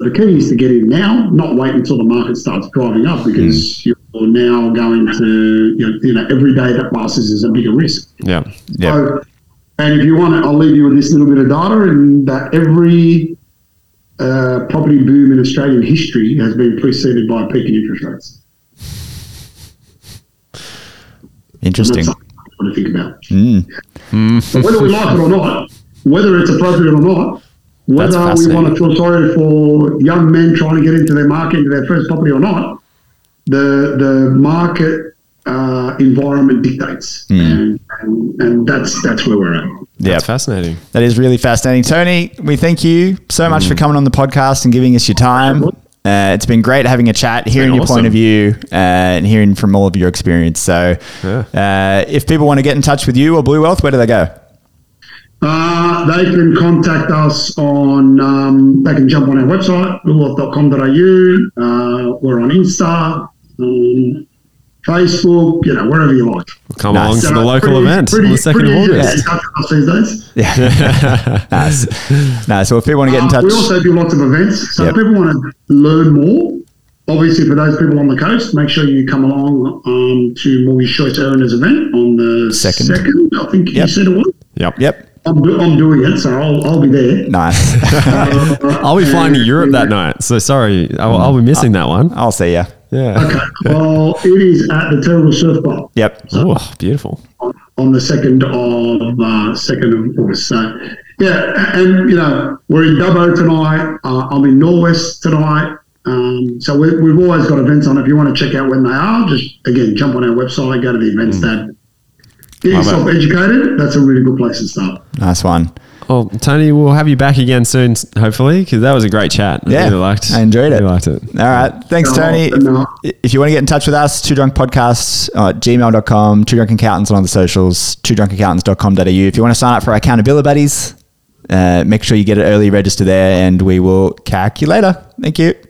[SPEAKER 5] The key is to get in now, not wait until the market starts driving up, because you're now going to you know, you know every day that passes is a bigger risk.
[SPEAKER 1] Yeah.
[SPEAKER 2] Yeah.
[SPEAKER 5] So, and if you want it, I'll leave you with this little bit of data, and that every uh, property boom in Australian history has been preceded by a peak in interest rates. And
[SPEAKER 2] Interesting.
[SPEAKER 5] that's something I want to think about.
[SPEAKER 2] Mm.
[SPEAKER 5] But whether we like it or not, whether it's appropriate or not, whether we want to feel sorry for young men trying to get into their market, into their first property or not, the the market uh, environment dictates, and, and and that's that's where we're at.
[SPEAKER 2] Yeah.
[SPEAKER 1] That's fascinating.
[SPEAKER 2] That is really fascinating. Tony, we thank you so much for coming on the podcast and giving us your time. Uh, it's been great having a chat, hearing
[SPEAKER 1] been
[SPEAKER 2] your point
[SPEAKER 1] awesome.
[SPEAKER 2] of view, uh, and hearing from all of your experience. So, uh, if people want to get in touch with you or Blue Wealth, where do they go?
[SPEAKER 5] Uh, they can contact us on, um, they can jump on our website, bluewealth.com.au. Uh, we're on Insta, um, Facebook, you know, wherever you like.
[SPEAKER 1] Come
[SPEAKER 2] Nice.
[SPEAKER 1] along
[SPEAKER 5] So
[SPEAKER 1] to the local
[SPEAKER 5] pretty-
[SPEAKER 1] event
[SPEAKER 5] pretty-
[SPEAKER 1] on the 2nd
[SPEAKER 5] pretty
[SPEAKER 1] of
[SPEAKER 5] easy to
[SPEAKER 1] August.
[SPEAKER 5] get in touch with us these days.
[SPEAKER 2] Nice. nice. So, if people want to get in
[SPEAKER 5] Uh,
[SPEAKER 2] touch,
[SPEAKER 5] We also do lots of events. So
[SPEAKER 2] Yep.
[SPEAKER 5] if people want to learn more, obviously for those people on the coast, make sure you come along um, to Mortgage Choice Owners event on the
[SPEAKER 2] Second.
[SPEAKER 5] 2nd, I think you
[SPEAKER 2] Yep.
[SPEAKER 5] said it was.
[SPEAKER 1] Yep.
[SPEAKER 2] yep.
[SPEAKER 5] I'm, do- I'm doing it, so I'll, I'll be there.
[SPEAKER 2] Nice.
[SPEAKER 1] I'll be flying to
[SPEAKER 5] And-
[SPEAKER 1] Europe that night. So sorry, I'll, I'll be missing that one.
[SPEAKER 2] I'll see you.
[SPEAKER 1] Yeah.
[SPEAKER 5] Well, it is at the Terrible Surf Bar
[SPEAKER 2] Yep.
[SPEAKER 1] Oh, beautiful.
[SPEAKER 5] on the second of uh, second of August. So, yeah, a- and you know we're in Dubbo tonight. Uh, I'm in Norwest tonight. Um, so we, we've always got events on. If you want to check out when they are, just again jump on our website, go to the events tab, get yourself educated. That's a really good place to start.
[SPEAKER 2] Nice one.
[SPEAKER 1] Well, Tony, we'll have you back again soon, s- hopefully, because that was a great chat. I
[SPEAKER 2] Yeah,
[SPEAKER 1] really liked.
[SPEAKER 2] I enjoyed it.
[SPEAKER 1] Really liked it.
[SPEAKER 2] All right. Thanks,
[SPEAKER 5] No,
[SPEAKER 2] Tony.
[SPEAKER 5] no.
[SPEAKER 2] If you want to get in touch with us, two drunk podcasts uh, gmail.com, two drunk accountants on all the socials, two drunk accountants.com.au. If you want to sign up for our accountability buddies, uh, make sure you get it early, register there, and we will calculate later. Thank you.